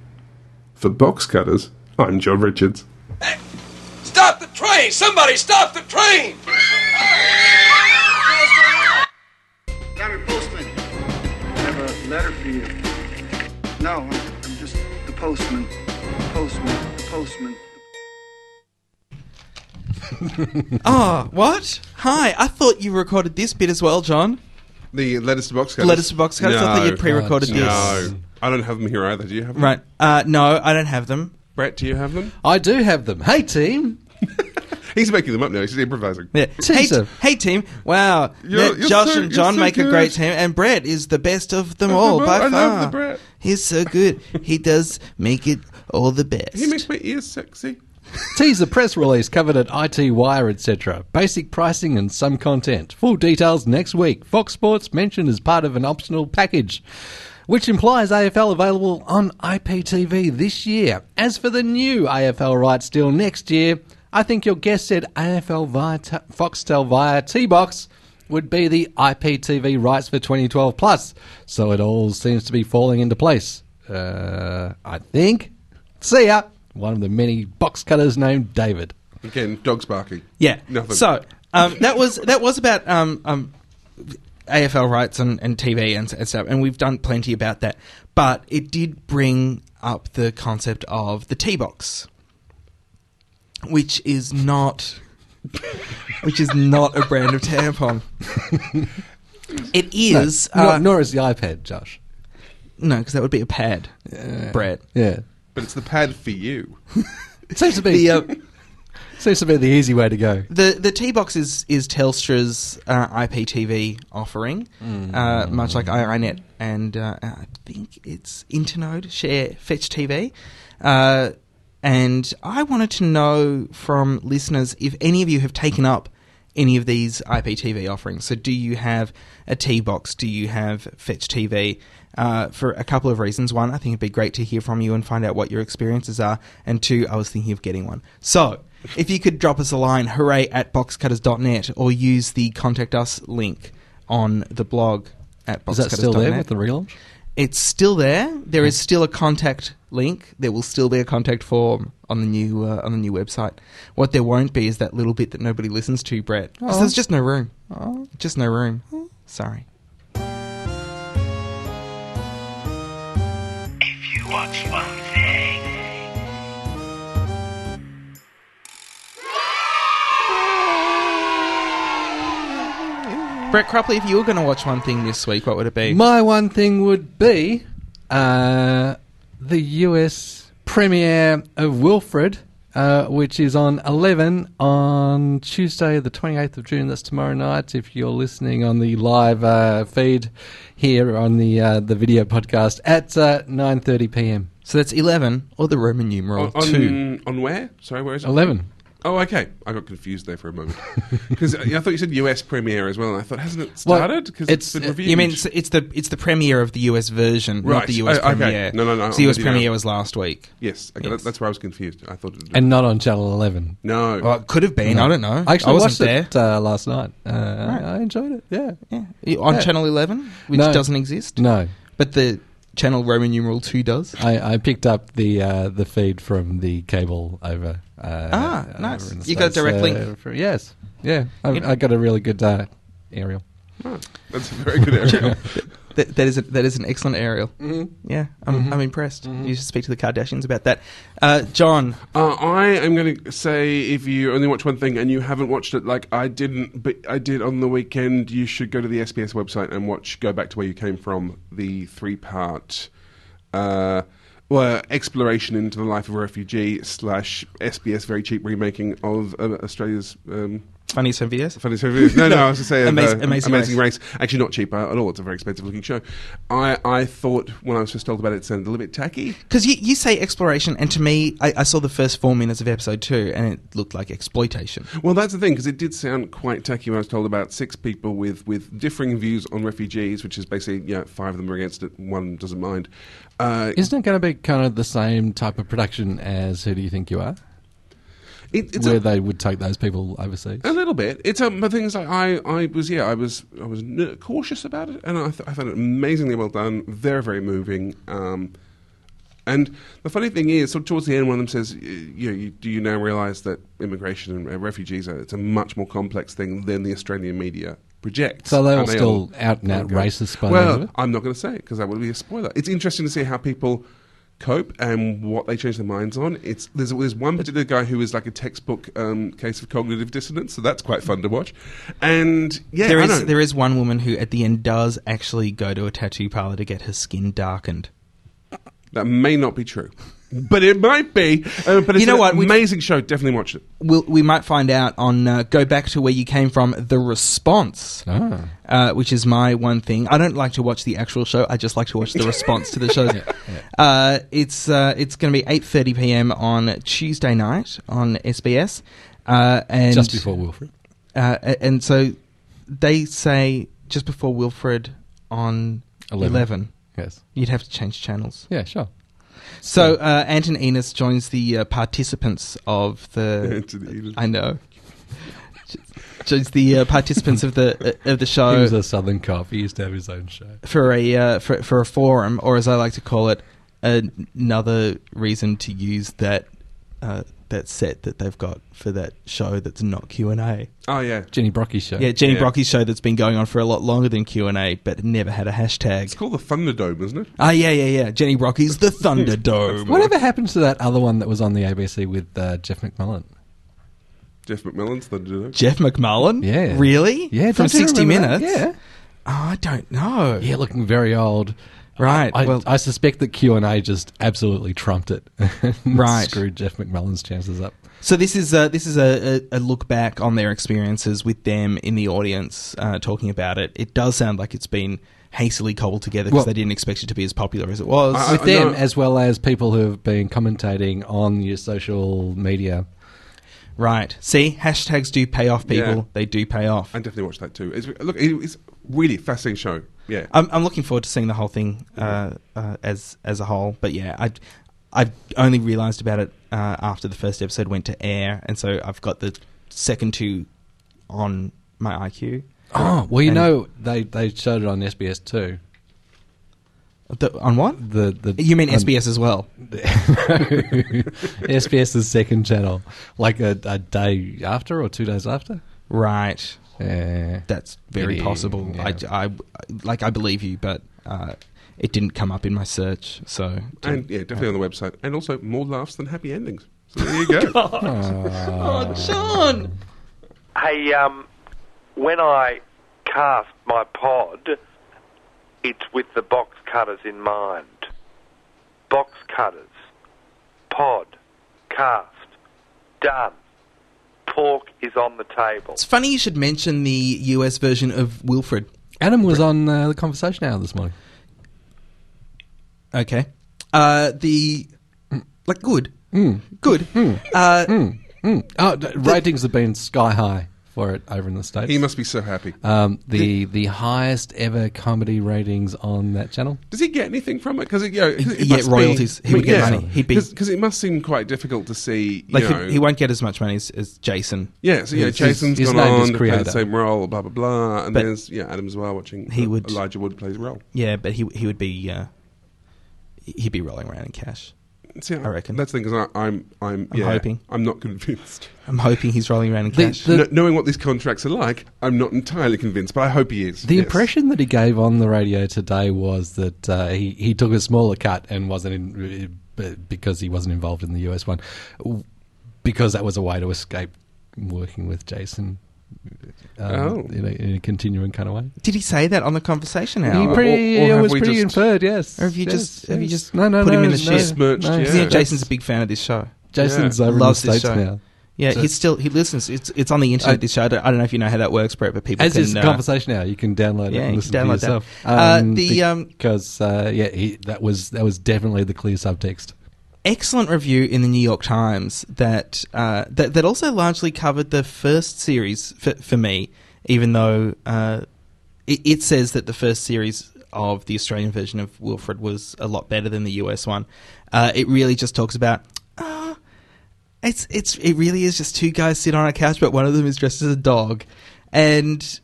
[SPEAKER 3] For box cutters, I'm John Richards.
[SPEAKER 26] Stop the train! Somebody stop the train!
[SPEAKER 27] Captain Postman, I have a letter for you. No, I'm I'm just the postman. The postman. The postman.
[SPEAKER 2] Ah, what? Hi, I thought you recorded this bit as well, John.
[SPEAKER 3] The letters to box cutters.
[SPEAKER 2] Letters to box cutters. I thought you pre-recorded
[SPEAKER 3] No.
[SPEAKER 2] this.
[SPEAKER 3] I don't have them here either. Do you have them?
[SPEAKER 2] Right. Uh, no, I don't have them.
[SPEAKER 3] Brett, do you have them?
[SPEAKER 1] I do have them. Hey, team.
[SPEAKER 3] He's making them up now. He's improvising.
[SPEAKER 2] Yeah. Hey, t- hey, team! Wow,
[SPEAKER 3] You're-
[SPEAKER 2] Yeah,
[SPEAKER 3] you're
[SPEAKER 2] Josh
[SPEAKER 3] so-
[SPEAKER 2] and
[SPEAKER 3] you're
[SPEAKER 2] John
[SPEAKER 3] so
[SPEAKER 2] make a
[SPEAKER 3] good.
[SPEAKER 2] great team, and Brett is the best of them
[SPEAKER 3] Of them
[SPEAKER 2] all
[SPEAKER 3] all.
[SPEAKER 2] by
[SPEAKER 3] I
[SPEAKER 2] far.
[SPEAKER 3] love the Brett.
[SPEAKER 2] He's so good. He does make it all the best.
[SPEAKER 3] He makes my ears sexy.
[SPEAKER 1] Teaser press release covered at IT Wire, etc. Basic pricing and some content. Full details next week. Fox Sports mentioned as part of an optional package, which implies AFL available on IPTV this year. As for the new AFL rights deal next year, I think your guest said AFL via t- Foxtel via T-Box would be the IPTV rights for 2012 plus. So it all seems to be falling into place. Uh, I think. See ya. One of the many box cutters named David.
[SPEAKER 3] Again, dogs barking.
[SPEAKER 2] Yeah.
[SPEAKER 3] Nothing.
[SPEAKER 2] So um, that was that was about um, um, AFL rights and, and TV and, and stuff, and we've done plenty about that. But it did bring up the concept of the T box, which is not, which is not a brand of tampon. it is
[SPEAKER 1] No, nor,
[SPEAKER 2] uh,
[SPEAKER 1] nor is the iPad, Josh.
[SPEAKER 2] no, because that would be a pad, uh,
[SPEAKER 1] Yeah.
[SPEAKER 2] Brett.
[SPEAKER 1] Yeah.
[SPEAKER 3] But it's the pad for you.
[SPEAKER 1] It seems to be
[SPEAKER 2] The, uh,
[SPEAKER 1] seems to be the easy way to go.
[SPEAKER 2] The the T box is is Telstra's uh, IPTV offering, uh, much like IINet, and uh, I think it's Internode, Share, Fetch TV. Uh, and I wanted to know from listeners if any of you have taken up any of these IPTV offerings. So, do you have a T box? Do you have Fetch TV? Uh, for a couple of reasons. One, I think it'd be great to hear from you and find out what your experiences are. And two, I was thinking of getting one. So, if you could drop us a line, hooray at boxcutters.net, or use the contact us link on the blog at boxcutters.net.
[SPEAKER 1] Is that still there with the relaunch?
[SPEAKER 2] It's still there. There is still a contact link. There will still be a contact form on the new uh, on the new website. What there won't be is that little bit that nobody listens to, Brett. 'Cause
[SPEAKER 1] Oh.
[SPEAKER 2] There's just no room.
[SPEAKER 1] Oh.
[SPEAKER 2] Just no room. Sorry.
[SPEAKER 4] You watch one thing.
[SPEAKER 2] Brett Cropley, if you were going to watch one thing this week, what would it be?
[SPEAKER 1] My one thing would be uh, the US premiere of Wilfred, uh, which is on 11 on Tuesday, the 28th of June. That's tomorrow night. If you're listening on the live uh, feed here on the uh, the video podcast at uh, 9:30 p.m.
[SPEAKER 2] So that's 11 or the Roman numeral
[SPEAKER 3] On, on-
[SPEAKER 2] 2.
[SPEAKER 3] on where? Sorry, where is it?
[SPEAKER 1] 11.
[SPEAKER 3] Oh, okay. I got confused there for a moment. Because I thought you said US premiere as well, and I thought, hasn't it started? Because it's been reviewed.
[SPEAKER 2] You mean it's, it's the it's the premiere of the US version, not
[SPEAKER 3] Right.
[SPEAKER 2] the US
[SPEAKER 3] Oh, okay.
[SPEAKER 2] premiere.
[SPEAKER 3] No, no, no,
[SPEAKER 2] So the
[SPEAKER 3] I'm with
[SPEAKER 2] US
[SPEAKER 3] you now.
[SPEAKER 2] premiere was last week.
[SPEAKER 3] Yes, okay, that- that's where I was confused. I thought it
[SPEAKER 1] And not on channel 11.
[SPEAKER 3] No.
[SPEAKER 2] Well, it Uh, could have been. I don't know.
[SPEAKER 1] I actually
[SPEAKER 2] I wasn't
[SPEAKER 1] watched it uh, last night. Uh, I enjoyed it. Yeah.
[SPEAKER 2] Yeah, on
[SPEAKER 1] Yeah.
[SPEAKER 2] Channel 11, which
[SPEAKER 1] No.
[SPEAKER 2] doesn't exist.
[SPEAKER 1] No.
[SPEAKER 2] But the channel Roman numeral 2 does.
[SPEAKER 1] I, I picked up the uh, the feed from the cable over. Uh,
[SPEAKER 2] Ah,
[SPEAKER 1] over
[SPEAKER 2] nice.
[SPEAKER 1] in the
[SPEAKER 2] You got a
[SPEAKER 1] States,
[SPEAKER 2] direct
[SPEAKER 1] uh,
[SPEAKER 2] link.
[SPEAKER 1] for- yes. Yeah. I, I got a really good uh, aerial.
[SPEAKER 3] Oh, that's a very good area.
[SPEAKER 2] That, that is a, that is an excellent aerial.
[SPEAKER 3] Mhm.
[SPEAKER 2] Yeah, I'm, I'm impressed.
[SPEAKER 3] Mm-hmm.
[SPEAKER 2] You should speak to the Kardashians about that. Uh, John,
[SPEAKER 3] Uh, I am going to say if you only watch one thing and you haven't watched it like I didn't, but I did on the weekend, you should go to the SBS website and watch Go Back to Where You Came From, the three part uh, well, exploration into the life of a refugee slash SBS very cheap remaking of uh, Australia's. Um,
[SPEAKER 2] funny some videos.
[SPEAKER 3] Funny some videos. No, no, I was going to say of,
[SPEAKER 2] amazing,
[SPEAKER 3] uh,
[SPEAKER 2] amazing,
[SPEAKER 3] amazing
[SPEAKER 2] Race.
[SPEAKER 3] race. Actually, not cheap at all. It's a very expensive looking show. I, I thought when I was first told about it, it sounded a little bit tacky.
[SPEAKER 2] Because you, you say exploration, and to me, I, I saw the first four minutes of episode two, and it looked like exploitation.
[SPEAKER 3] Well, that's the thing because it did sound quite tacky when I was told about six people with, with differing views on refugees, which is basically you know, five of them are against it, one doesn't mind. Uh,
[SPEAKER 1] Isn't it going to be kind of the same type of production as Who Do You Think You Are?
[SPEAKER 3] it, it's
[SPEAKER 1] where
[SPEAKER 3] a,
[SPEAKER 1] they would take those people overseas.
[SPEAKER 3] a little bit. It's um, but things like I, I was yeah I was I was n- cautious about it, and I, th- I found it amazingly well done, very very moving. Um, and the funny thing is, sort of towards the end, one of them says, y- "You know, you, do you now realise that immigration and uh, refugees are it's a much more complex thing than the Australian media projects."
[SPEAKER 1] So they were
[SPEAKER 3] And
[SPEAKER 1] still out and
[SPEAKER 3] all
[SPEAKER 1] out
[SPEAKER 3] go,
[SPEAKER 1] racist by the
[SPEAKER 3] well,
[SPEAKER 1] end of it?
[SPEAKER 3] I'm not going to say it because that would be a spoiler. It's interesting to see how people cope and what they change their minds on. It's there's, there's one particular guy who is like a textbook um, case of cognitive dissonance, so that's quite fun to watch. And yeah,
[SPEAKER 2] there
[SPEAKER 3] I
[SPEAKER 2] is
[SPEAKER 3] know.
[SPEAKER 2] there is one woman who at the end does actually go to a tattoo parlor to get her skin darkened.
[SPEAKER 3] That may not be true, but it might be. Uh, but it's
[SPEAKER 2] You know
[SPEAKER 3] an
[SPEAKER 2] what? We-
[SPEAKER 3] Amazing show. Definitely watch it.
[SPEAKER 2] We'll, we might find out on uh, go back to where you came from. The response,
[SPEAKER 1] Ah.
[SPEAKER 2] uh, which is my one thing. I don't like to watch the actual show. I just like to watch the response to the shows. Uh, it's uh, it's going to be eight thirty p.m. on Tuesday night on SBS, uh, and
[SPEAKER 1] Just before Wilfred.
[SPEAKER 2] Uh, a- and so they say just before Wilfred on
[SPEAKER 1] Eleven.
[SPEAKER 2] 11.
[SPEAKER 1] Yes.
[SPEAKER 2] You'd have to change channels.
[SPEAKER 1] Yeah, sure.
[SPEAKER 2] So uh, Anton Enos joins the uh, participants of the.
[SPEAKER 3] Anton Enos.
[SPEAKER 2] I know. joins the uh, participants of the of the show
[SPEAKER 1] he was a Southern cop. He used to have his own show.
[SPEAKER 2] for a uh, for, for a forum, or as I like to call it, an- another reason to use that uh, that set that they've got for that show that's not Q and A.
[SPEAKER 3] Oh yeah,
[SPEAKER 1] Jenny Brocky's show.
[SPEAKER 2] Yeah, Jenny Brocky's show that's been going on for a lot longer than Q and A, but never had a hashtag.
[SPEAKER 3] It's called the Thunderdome, isn't it?
[SPEAKER 2] Ah, yeah, yeah, yeah. Jenny Brocky's the Thunderdome.
[SPEAKER 1] Whatever happened to that other one that was on the ABC with uh, Jeff McMullen?
[SPEAKER 3] Jeff McMillan's Thunderdome.
[SPEAKER 2] Jeff McMullen?
[SPEAKER 1] Yeah.
[SPEAKER 2] Really?
[SPEAKER 1] Yeah,
[SPEAKER 2] From
[SPEAKER 1] don't you
[SPEAKER 2] 60
[SPEAKER 1] remember that?
[SPEAKER 2] Minutes?
[SPEAKER 1] Yeah.
[SPEAKER 2] Oh, I don't know.
[SPEAKER 1] Yeah, looking very old.
[SPEAKER 2] Right,
[SPEAKER 1] I,
[SPEAKER 2] well-
[SPEAKER 1] I suspect that Q and A just absolutely trumped it.
[SPEAKER 2] Right.
[SPEAKER 1] Screwed Jeff McMullen's chances up.
[SPEAKER 2] So this is a, this is a, a, a look back on their experiences with them in the audience uh, talking about it. It does sound like it's been hastily cobbled together because
[SPEAKER 1] Well-
[SPEAKER 2] they didn't expect it to be as popular as it was.
[SPEAKER 1] with them, as well as people who have been commentating on your social media.
[SPEAKER 2] right. See, hashtags do pay off, people.
[SPEAKER 3] Yeah.
[SPEAKER 2] They do pay off.
[SPEAKER 3] I definitely watched that too. It's, look, it- it's really a fascinating show. Yeah,
[SPEAKER 2] I'm, I'm looking forward to seeing the whole thing uh, uh, as as a whole. But yeah, I I only realised about it uh, after the first episode went to air, and so I've got the second two on my IQ.
[SPEAKER 1] Oh well, you
[SPEAKER 2] And
[SPEAKER 1] know they they showed it on SBS too.
[SPEAKER 2] the, on what?
[SPEAKER 1] The the
[SPEAKER 2] You mean
[SPEAKER 1] on-
[SPEAKER 2] SBS as well?
[SPEAKER 1] SBS's second channel, like a, a day after or two days after.
[SPEAKER 2] Right.
[SPEAKER 1] Yeah,
[SPEAKER 2] That's very
[SPEAKER 1] Yeah,
[SPEAKER 2] possible.
[SPEAKER 1] yeah.
[SPEAKER 2] I, I like I believe you, but uh, it didn't come up in my search. So
[SPEAKER 3] and yeah, definitely on the website, and also more laughs than happy endings. So there you go.
[SPEAKER 2] Oh, John.
[SPEAKER 5] Hey, um, when I cast my pod, it's with the box cutters in mind. Box cutters, pod, cast, done. Pork is on the table.
[SPEAKER 2] It's funny you should mention the US version of Wilfred.
[SPEAKER 1] Adam was on uh, the conversation hour this morning.
[SPEAKER 2] Okay. Uh, the like good,
[SPEAKER 1] Hmm.
[SPEAKER 2] good. Uh,
[SPEAKER 1] Oh, the ratings have been sky high for it over in the states.
[SPEAKER 3] He must be so happy.
[SPEAKER 1] um, the the highest ever comedy ratings on that channel.
[SPEAKER 3] Does he get anything from it? Because you know, 'cause it
[SPEAKER 2] He'd get
[SPEAKER 3] must
[SPEAKER 2] royalties.
[SPEAKER 3] Be,
[SPEAKER 2] He would get money. He'd be-
[SPEAKER 3] because it must seem quite difficult to see. You
[SPEAKER 2] Like
[SPEAKER 3] know,
[SPEAKER 2] he, he won't get as much money as, as Jason.
[SPEAKER 3] yeah, so yeah,
[SPEAKER 2] Who's-
[SPEAKER 3] Jason's
[SPEAKER 1] his
[SPEAKER 3] gone
[SPEAKER 1] name is
[SPEAKER 3] on to play the
[SPEAKER 1] creator.
[SPEAKER 3] same role, blah blah blah, and
[SPEAKER 2] But-
[SPEAKER 3] there's yeah, Adam as well watching.
[SPEAKER 2] He
[SPEAKER 3] uh,
[SPEAKER 2] would-
[SPEAKER 3] Elijah Wood plays a role.
[SPEAKER 2] Yeah, but he he would be uh, he'd be rolling around in cash.
[SPEAKER 3] See, I,
[SPEAKER 2] I reckon.
[SPEAKER 3] that's the thing. Cause I, I'm I'm
[SPEAKER 2] I'm
[SPEAKER 3] yeah,
[SPEAKER 2] hoping.
[SPEAKER 3] I'm not convinced.
[SPEAKER 2] I'm hoping he's rolling around in
[SPEAKER 1] The-
[SPEAKER 2] cash.
[SPEAKER 1] the-
[SPEAKER 3] Kn- knowing what these contracts are like, I'm not entirely convinced, but I hope he is.
[SPEAKER 1] The
[SPEAKER 3] yes.
[SPEAKER 1] impression that he gave on the radio today was that uh, he he took a smaller cut and wasn't in uh, b- because he wasn't involved in the US one w- because that was a way to escape working with Jason. um,
[SPEAKER 3] Oh.
[SPEAKER 1] in, a, in a continuing kind of way.
[SPEAKER 2] Did he say that on the conversation
[SPEAKER 1] He
[SPEAKER 2] hour?
[SPEAKER 1] pretty,
[SPEAKER 3] or- or
[SPEAKER 1] it
[SPEAKER 3] have
[SPEAKER 1] was
[SPEAKER 3] we
[SPEAKER 1] pretty
[SPEAKER 3] just-
[SPEAKER 1] inferred, yes.
[SPEAKER 2] Or have you
[SPEAKER 1] Yes,
[SPEAKER 2] just have you
[SPEAKER 1] yes.
[SPEAKER 2] just
[SPEAKER 1] no, no,
[SPEAKER 2] put him
[SPEAKER 1] no,
[SPEAKER 2] in the
[SPEAKER 1] no,
[SPEAKER 2] shit?
[SPEAKER 3] Besmirched,
[SPEAKER 1] no.
[SPEAKER 3] yeah.
[SPEAKER 2] Because you know, Jason's a big fan of this show.
[SPEAKER 1] Jason's
[SPEAKER 3] Yeah.
[SPEAKER 1] over
[SPEAKER 2] Loves
[SPEAKER 1] in the
[SPEAKER 2] this
[SPEAKER 1] states
[SPEAKER 2] show.
[SPEAKER 1] now.
[SPEAKER 2] Yeah,
[SPEAKER 1] So-
[SPEAKER 2] he's still he listens. It's it's on the internet.
[SPEAKER 1] I-
[SPEAKER 2] this show. I don't, I don't know if you know how that works, Brett, but people
[SPEAKER 1] As
[SPEAKER 2] can.
[SPEAKER 1] is the
[SPEAKER 2] uh,
[SPEAKER 1] conversation now, you can download
[SPEAKER 2] Yeah,
[SPEAKER 1] it and
[SPEAKER 2] you
[SPEAKER 1] listen to
[SPEAKER 2] can download that.
[SPEAKER 1] yourself.
[SPEAKER 2] Uh, the, um,
[SPEAKER 1] because uh, yeah, he, that was that was definitely the clear subtext.
[SPEAKER 2] excellent review in the New York Times that uh, that that also largely covered the first series for, for me, even though uh, it, it says that the first series of the Australian version of Wilfred was a lot better than the US one. Uh, it really just talks about. "Ah, it's it's it really is just two guys sit on a couch, but one of them is dressed as a dog, and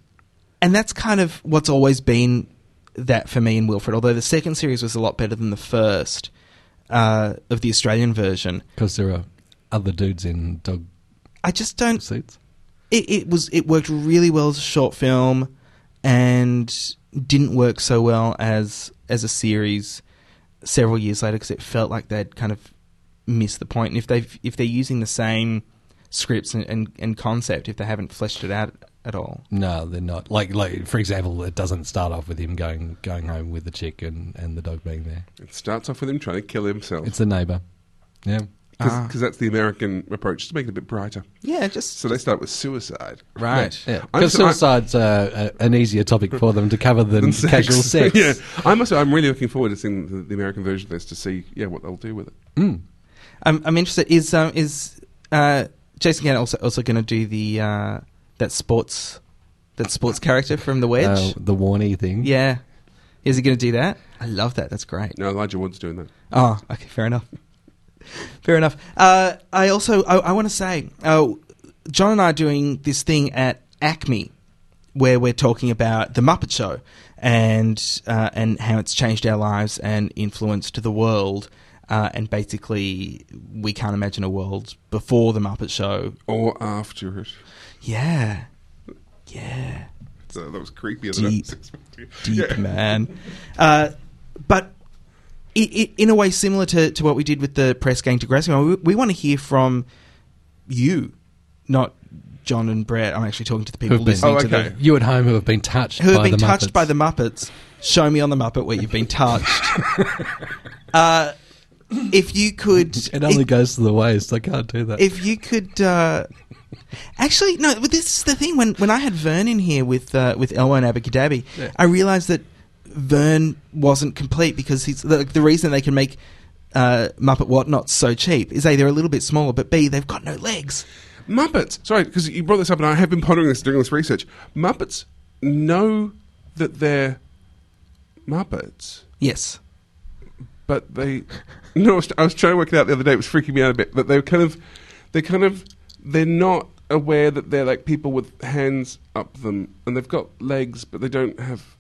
[SPEAKER 2] and that's kind of what's always been that for me in Wilfred. Although the second series was a lot better than the first uh, of the Australian version,
[SPEAKER 1] Because there are other dudes in dog
[SPEAKER 2] I just don't.
[SPEAKER 1] suits.
[SPEAKER 2] It, it was it worked really well as a short film, and didn't work so well as as a series several years later because it felt like they'd kind of missed the point. And if they if they're using the same scripts and, and, and concept, if they haven't fleshed it out at all.
[SPEAKER 1] No, they're not. Like, like for example, it doesn't start off with him going going home with the chick and, and the dog being there.
[SPEAKER 3] It starts off with him trying to kill himself.
[SPEAKER 1] It's the neighbor. Yeah.
[SPEAKER 3] Because
[SPEAKER 1] Ah.
[SPEAKER 3] that's the American approach to make it a bit brighter.
[SPEAKER 2] Yeah, just
[SPEAKER 3] so they start with suicide,
[SPEAKER 1] Yeah.
[SPEAKER 3] I'm
[SPEAKER 1] Because
[SPEAKER 3] so- I'm-
[SPEAKER 1] suicide's uh, a- an easier topic for them to cover than,
[SPEAKER 3] than
[SPEAKER 1] casual sex.
[SPEAKER 3] yeah, I must. I'm really looking forward to seeing the, the American version of this to see yeah what they'll do with it.
[SPEAKER 2] I'm, I'm interested. Is um, is uh, Jason Gannon also also going to do the uh, that sports that sports character from the Wedge,
[SPEAKER 1] Uh, the Warney thing.
[SPEAKER 2] Yeah, is he going to do that? I love that. That's great.
[SPEAKER 3] No, Elijah Wood's doing that.
[SPEAKER 2] Oh, okay, fair enough. Fair enough. Uh, I also I, I want to say, uh, John and I are doing this thing at Acme, where we're talking about the Muppet Show and uh, and how it's changed our lives and influenced the world. Uh, and basically, we can't imagine a world before the Muppet Show
[SPEAKER 3] or after it.
[SPEAKER 2] Yeah, yeah.
[SPEAKER 3] So that was creepier than I
[SPEAKER 2] deep,
[SPEAKER 3] was expecting.
[SPEAKER 2] deep
[SPEAKER 3] Yeah.
[SPEAKER 2] man. Uh, but i i in a way similar to, to what we did with the press gang to Grassing, we, we want to hear from you, not John and Brett. I'm actually talking to the people
[SPEAKER 1] Who've been,
[SPEAKER 2] listening to the
[SPEAKER 1] You at home who have been touched
[SPEAKER 2] who have
[SPEAKER 1] by
[SPEAKER 2] been
[SPEAKER 1] the
[SPEAKER 2] touched
[SPEAKER 1] Muppets.
[SPEAKER 2] by the Muppets. Show me on the Muppet where you've been touched. uh, if you could,
[SPEAKER 1] It only goes to the waist. I can't do that.
[SPEAKER 2] if you could uh, actually no but this is the thing when when i had vern in here with uh, with elmo and abacadabby
[SPEAKER 1] Yeah.
[SPEAKER 2] i realized that vern wasn't complete because he's the, the reason they can make uh, muppet whatnot so cheap is a they're a little bit smaller but b they've got no legs
[SPEAKER 3] Muppets. Sorry, because you brought this up, and I have been pondering this doing this research. Muppets know that they're Muppets.
[SPEAKER 2] Yes,
[SPEAKER 3] but they. No, I was, I was trying to work it out the other day. It was freaking me out a bit. But they're kind of, they're kind of, they're not aware that they're like people with hands up them, and they've got legs, but they don't have.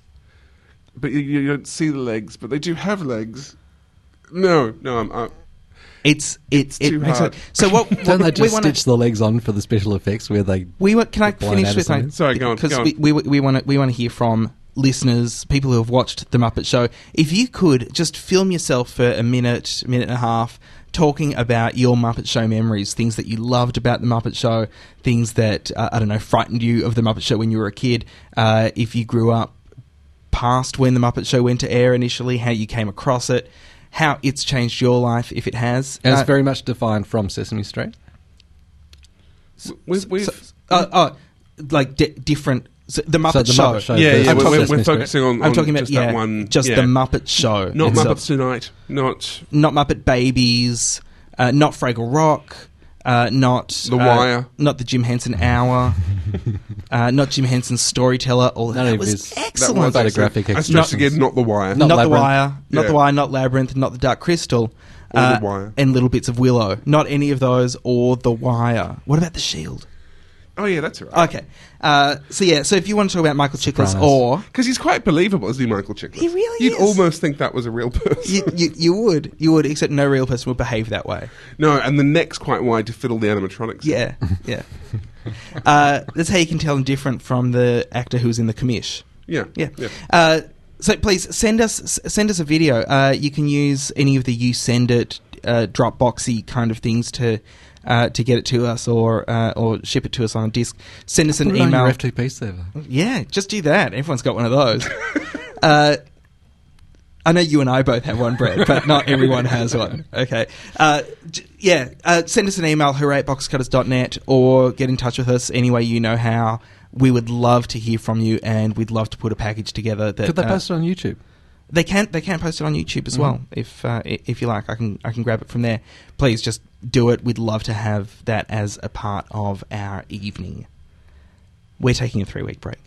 [SPEAKER 3] But you, you don't see the legs, but they do have legs. No, no, I'm. i
[SPEAKER 2] it's it's
[SPEAKER 3] too
[SPEAKER 2] makes
[SPEAKER 3] hard.
[SPEAKER 2] it- so what-
[SPEAKER 1] Don't they
[SPEAKER 2] we
[SPEAKER 1] just
[SPEAKER 2] wanna-
[SPEAKER 1] stitch the legs on for the special effects where they?
[SPEAKER 2] we want can i
[SPEAKER 1] get blown out
[SPEAKER 2] finish
[SPEAKER 1] or
[SPEAKER 2] with my
[SPEAKER 1] something? Sorry,
[SPEAKER 3] go on,
[SPEAKER 2] because
[SPEAKER 3] go on.
[SPEAKER 2] we we we want to we want to hear from listeners people who have watched the muppet show if you could just film yourself for a minute minute and a half talking about your muppet show memories things that you loved about the muppet show things that uh, i don't know frightened you of the muppet show when you were a kid uh, if you grew up past when the muppet show went to air initially how you came across it how it's changed your life if it has
[SPEAKER 1] And
[SPEAKER 2] Uh,
[SPEAKER 1] it's very much defined from Sesame Street.
[SPEAKER 3] We've, we've,
[SPEAKER 2] uh, oh, like di different. So uh, the Muppet
[SPEAKER 1] So the
[SPEAKER 2] Show.
[SPEAKER 1] Muppet Show Yeah, versus yeah,
[SPEAKER 2] I'm
[SPEAKER 1] we're-
[SPEAKER 2] talking-
[SPEAKER 1] we're focusing
[SPEAKER 3] on-
[SPEAKER 2] I'm
[SPEAKER 3] on
[SPEAKER 2] talking about
[SPEAKER 3] just
[SPEAKER 2] yeah,
[SPEAKER 3] that one-
[SPEAKER 2] Just
[SPEAKER 3] yeah.
[SPEAKER 2] the Muppet Show.
[SPEAKER 3] not
[SPEAKER 2] itself.
[SPEAKER 3] Muppets Tonight. Not
[SPEAKER 2] Not Muppet Babies. Uh, not Fraggle Rock. Uh, not
[SPEAKER 3] The
[SPEAKER 2] uh,
[SPEAKER 3] Wire.
[SPEAKER 2] Not the Jim Henson Hour. uh, not Jim Henson's Storyteller. All
[SPEAKER 1] None
[SPEAKER 2] that
[SPEAKER 1] of
[SPEAKER 2] was
[SPEAKER 1] his- that
[SPEAKER 2] excellent.
[SPEAKER 1] was Photographic excellent.
[SPEAKER 3] I stressed again, not the wire.
[SPEAKER 2] Not, the wire. Not
[SPEAKER 3] Yeah.
[SPEAKER 2] the wire. Not labyrinth. Not the dark crystal. uh,
[SPEAKER 3] Or The Wire.
[SPEAKER 2] And little bits of willow. Not any of those or the wire. What about the shield?
[SPEAKER 3] Oh yeah, that's all right.
[SPEAKER 2] Okay. Uh, so yeah, so if you want to talk about Michael Chiklis
[SPEAKER 3] Surprise.
[SPEAKER 2] or
[SPEAKER 3] Because he's quite believable, isn't he, Michael Chiklis?
[SPEAKER 2] He really
[SPEAKER 3] You'd
[SPEAKER 2] is.
[SPEAKER 3] almost think that was a real person.
[SPEAKER 2] you, you, you would, you would, except no real person would behave that way.
[SPEAKER 3] No, and the neck's quite wide to fiddle the animatronics.
[SPEAKER 2] Yeah, yeah. Uh, that's how you can tell them different from the actor who's in the commish.
[SPEAKER 3] Yeah,
[SPEAKER 2] yeah.
[SPEAKER 3] yeah.
[SPEAKER 2] Uh, so please send us s- send us a video. Uh, you can use any of the you send it uh, Dropboxy kind of things to uh, to get it to us or uh, or ship it to us on a disc. Send us an
[SPEAKER 1] Put it on
[SPEAKER 2] email.
[SPEAKER 1] your FTP server.
[SPEAKER 2] Yeah, just do that. Everyone's got one of those. uh, I know you and I both have one, Brett, but not everyone has one. Okay. Uh, j- yeah, uh, send us an email, hooray at boxcutters.net, or get in touch with us any way you know how. We would love to hear from you, and we'd love to put a package together. That
[SPEAKER 1] Could they
[SPEAKER 2] uh,
[SPEAKER 1] post it on YouTube?
[SPEAKER 2] They can. They can post it on YouTube as well, if uh, i- if you like. I can. I can grab it from there. Please just do it. We'd love to have that as a part of our evening. We're taking a three week break.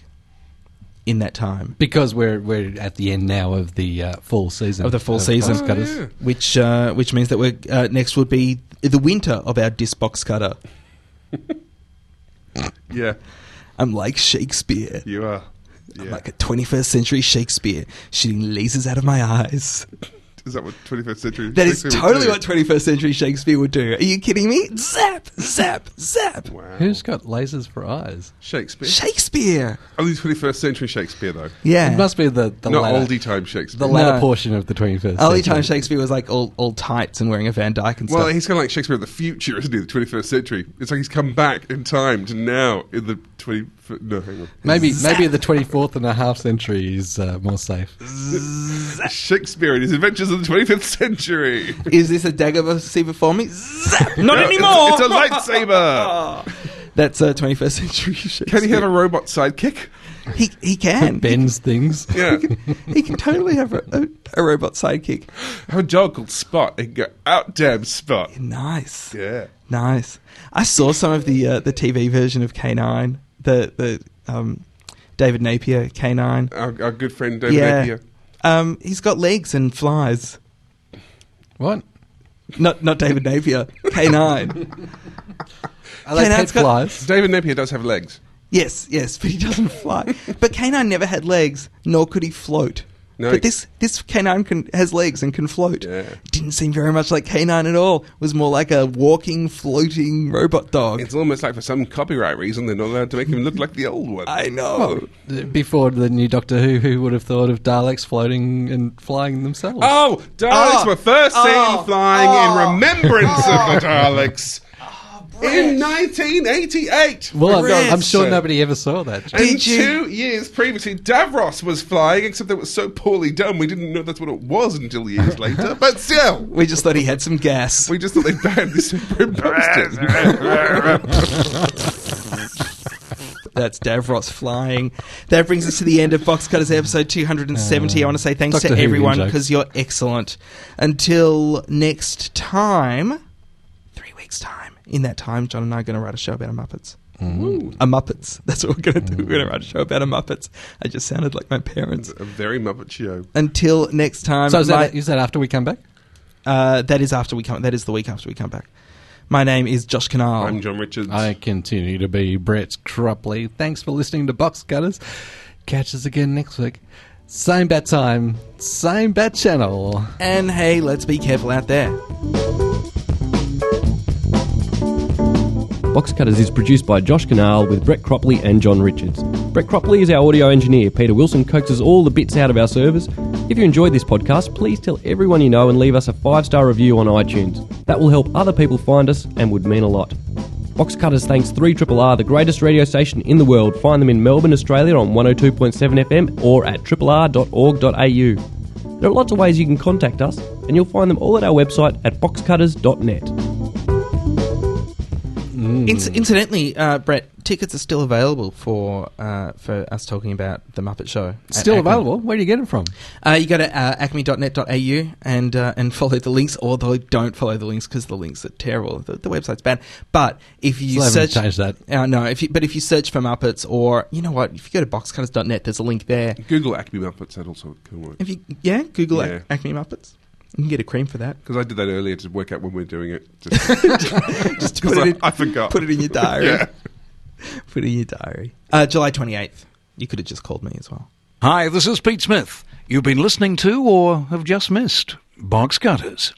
[SPEAKER 2] In that time,
[SPEAKER 1] Because we're we're at the end now of the uh, fall season
[SPEAKER 2] of the full season,
[SPEAKER 1] Box Cutters.
[SPEAKER 2] which uh, which means that we're uh, next would be the winter of our disc box cutter.
[SPEAKER 3] Yeah.
[SPEAKER 2] I'm like Shakespeare.
[SPEAKER 3] You are.
[SPEAKER 2] I'm like a 21st century Shakespeare shooting lasers out of my eyes.
[SPEAKER 3] Is that what 21st century?
[SPEAKER 2] That is
[SPEAKER 3] Shakespeare would
[SPEAKER 2] totally
[SPEAKER 3] do?
[SPEAKER 2] what 21st century Shakespeare would do. Are you kidding me? Zap, zap, zap.
[SPEAKER 1] Who's got lasers for eyes?
[SPEAKER 3] Shakespeare.
[SPEAKER 2] Shakespeare.
[SPEAKER 3] Only 21st century Shakespeare, though.
[SPEAKER 1] It must be the, the
[SPEAKER 3] Not
[SPEAKER 1] latter-
[SPEAKER 3] oldie time Shakespeare.
[SPEAKER 1] The latter
[SPEAKER 2] No.
[SPEAKER 1] portion of the 21st.
[SPEAKER 2] Only
[SPEAKER 1] century.
[SPEAKER 2] time Shakespeare was like all, all tights and wearing a Van Dyke and
[SPEAKER 3] Well,
[SPEAKER 2] stuff.
[SPEAKER 3] he's kind of like Shakespeare of the future, isn't he? The 21st century. It's like he's come back in time to now in the twenty. f- No, hang on.
[SPEAKER 1] Maybe maybe the 24th and a half century is uh, more safe.
[SPEAKER 3] Shakespeare and his adventures of the twenty fifth century.
[SPEAKER 2] Is this a dagger receiver for me? Zap! Not
[SPEAKER 3] No, it's-
[SPEAKER 2] anymore.
[SPEAKER 3] It's, a lightsaber.
[SPEAKER 2] That's uh, 21st century Shakespeare.
[SPEAKER 3] Can he have a robot sidekick?
[SPEAKER 2] He he can.
[SPEAKER 1] Bends things.
[SPEAKER 3] Yeah.
[SPEAKER 2] He can totally have a, a, a robot sidekick.
[SPEAKER 3] Have a dog called Spot and go out, damn Spot.
[SPEAKER 2] Nice.
[SPEAKER 3] Yeah.
[SPEAKER 2] Nice. I saw some of the uh, the TV version of K nine. The the um, David Napier K nine.
[SPEAKER 3] Our, our good friend David Napier.
[SPEAKER 2] Um, he's got legs and flies.
[SPEAKER 1] What?
[SPEAKER 2] Not not David Napier. K nine.
[SPEAKER 1] Are they pet flies?
[SPEAKER 3] David Napier does have legs.
[SPEAKER 2] Yes, yes, but he doesn't fly. but canine never had legs, nor could he float.
[SPEAKER 3] No.
[SPEAKER 2] But this this canine can, has legs and can float. Didn't seem very much like canine at all. Was more like a walking, floating robot dog.
[SPEAKER 3] It's almost like for some copyright reason they're not allowed to make him look like the old one.
[SPEAKER 2] I know.
[SPEAKER 1] Before the new Doctor Who, who would have thought of Daleks floating and flying themselves?
[SPEAKER 3] Oh, Daleks
[SPEAKER 1] Oh.
[SPEAKER 3] were first seen
[SPEAKER 1] Oh.
[SPEAKER 3] flying
[SPEAKER 1] Oh.
[SPEAKER 3] in remembrance
[SPEAKER 1] Oh.
[SPEAKER 3] of the Daleks in 1988.
[SPEAKER 1] Well, I'm, I'm
[SPEAKER 3] Brits.
[SPEAKER 1] sure nobody ever saw that.
[SPEAKER 3] And two years previously, Davros was flying, except that it was so poorly done, we didn't know that's what it was until years later. But still,
[SPEAKER 2] we just thought he had some gas.
[SPEAKER 3] We just thought they banned this superimposed it.
[SPEAKER 2] That's Davros flying. That brings us to the end of Box Cutters episode 270. I want to say thanks
[SPEAKER 1] Doctor
[SPEAKER 2] to
[SPEAKER 1] Who
[SPEAKER 2] everyone
[SPEAKER 1] jokes.
[SPEAKER 2] because you're excellent. Until next time, three weeks' time. In that time, John and I are going to write a show about a Muppets.
[SPEAKER 1] Mm-hmm.
[SPEAKER 3] Ooh.
[SPEAKER 2] A Muppets. That's what we're going to do. We're going to write a show about a Muppets. I just sounded like my parents.
[SPEAKER 3] A very Muppet show.
[SPEAKER 2] Until next time.
[SPEAKER 1] So is that-
[SPEAKER 2] my-
[SPEAKER 1] is that after we come back?
[SPEAKER 2] Uh, that is after we come. That is the week after we come back. My name is Josh Canal.
[SPEAKER 3] I'm John Richards.
[SPEAKER 1] I continue to be Brett Cropley. Thanks for listening to Box Cutters. Catch us again next week. Same bat time, same bat channel.
[SPEAKER 2] And hey, let's be careful out there.
[SPEAKER 7] Box Cutters is produced by Josh Canal with Brett Cropley and John Richards. Brett Cropley is our audio engineer. Peter Wilson coaxes all the bits out of our servers. If you enjoyed this podcast, please tell everyone you know and leave us a five star review on iTunes. That will help other people find us and would mean a lot. Box Cutters thanks 3RRR, the greatest radio station in the world. Find them in Melbourne, Australia on 102.7 FM or at rrr.org.au. There are lots of ways you can contact us, and you'll find them all at our website at boxcutters.net.
[SPEAKER 1] Mm.
[SPEAKER 2] Inc- incidentally, uh, Brett, tickets are still available for uh, for us talking about the Muppet Show. at
[SPEAKER 1] Still
[SPEAKER 2] Acme.
[SPEAKER 1] available? Where do you get it from?
[SPEAKER 2] Uh, you go to uh, acme.net.au and uh, and follow the links, although don't follow the links because the links are terrible. The, the website's bad. But if you
[SPEAKER 1] Still haven't
[SPEAKER 2] search,
[SPEAKER 1] changed that.
[SPEAKER 2] Uh, no, if you, but if you search for Muppets or you know what, if you go to boxcutters.net, there's a link there.
[SPEAKER 3] Google Acme Muppets, that also can work.
[SPEAKER 2] If you yeah, Google Ac-
[SPEAKER 3] Yeah.
[SPEAKER 2] Acme Muppets, you can get a cream for that.
[SPEAKER 3] Because I did that earlier to work out when we are doing it. Just,
[SPEAKER 2] Just
[SPEAKER 3] 'cause
[SPEAKER 2] put
[SPEAKER 3] I,
[SPEAKER 2] it in,
[SPEAKER 3] I forgot.
[SPEAKER 2] Put it in your diary.
[SPEAKER 3] Yeah.
[SPEAKER 2] Put it in your diary. Uh, July twenty eighth. You could have just called me as well.
[SPEAKER 9] Hi, this is Pete Smith. You've been listening to or have just missed Box Cutters.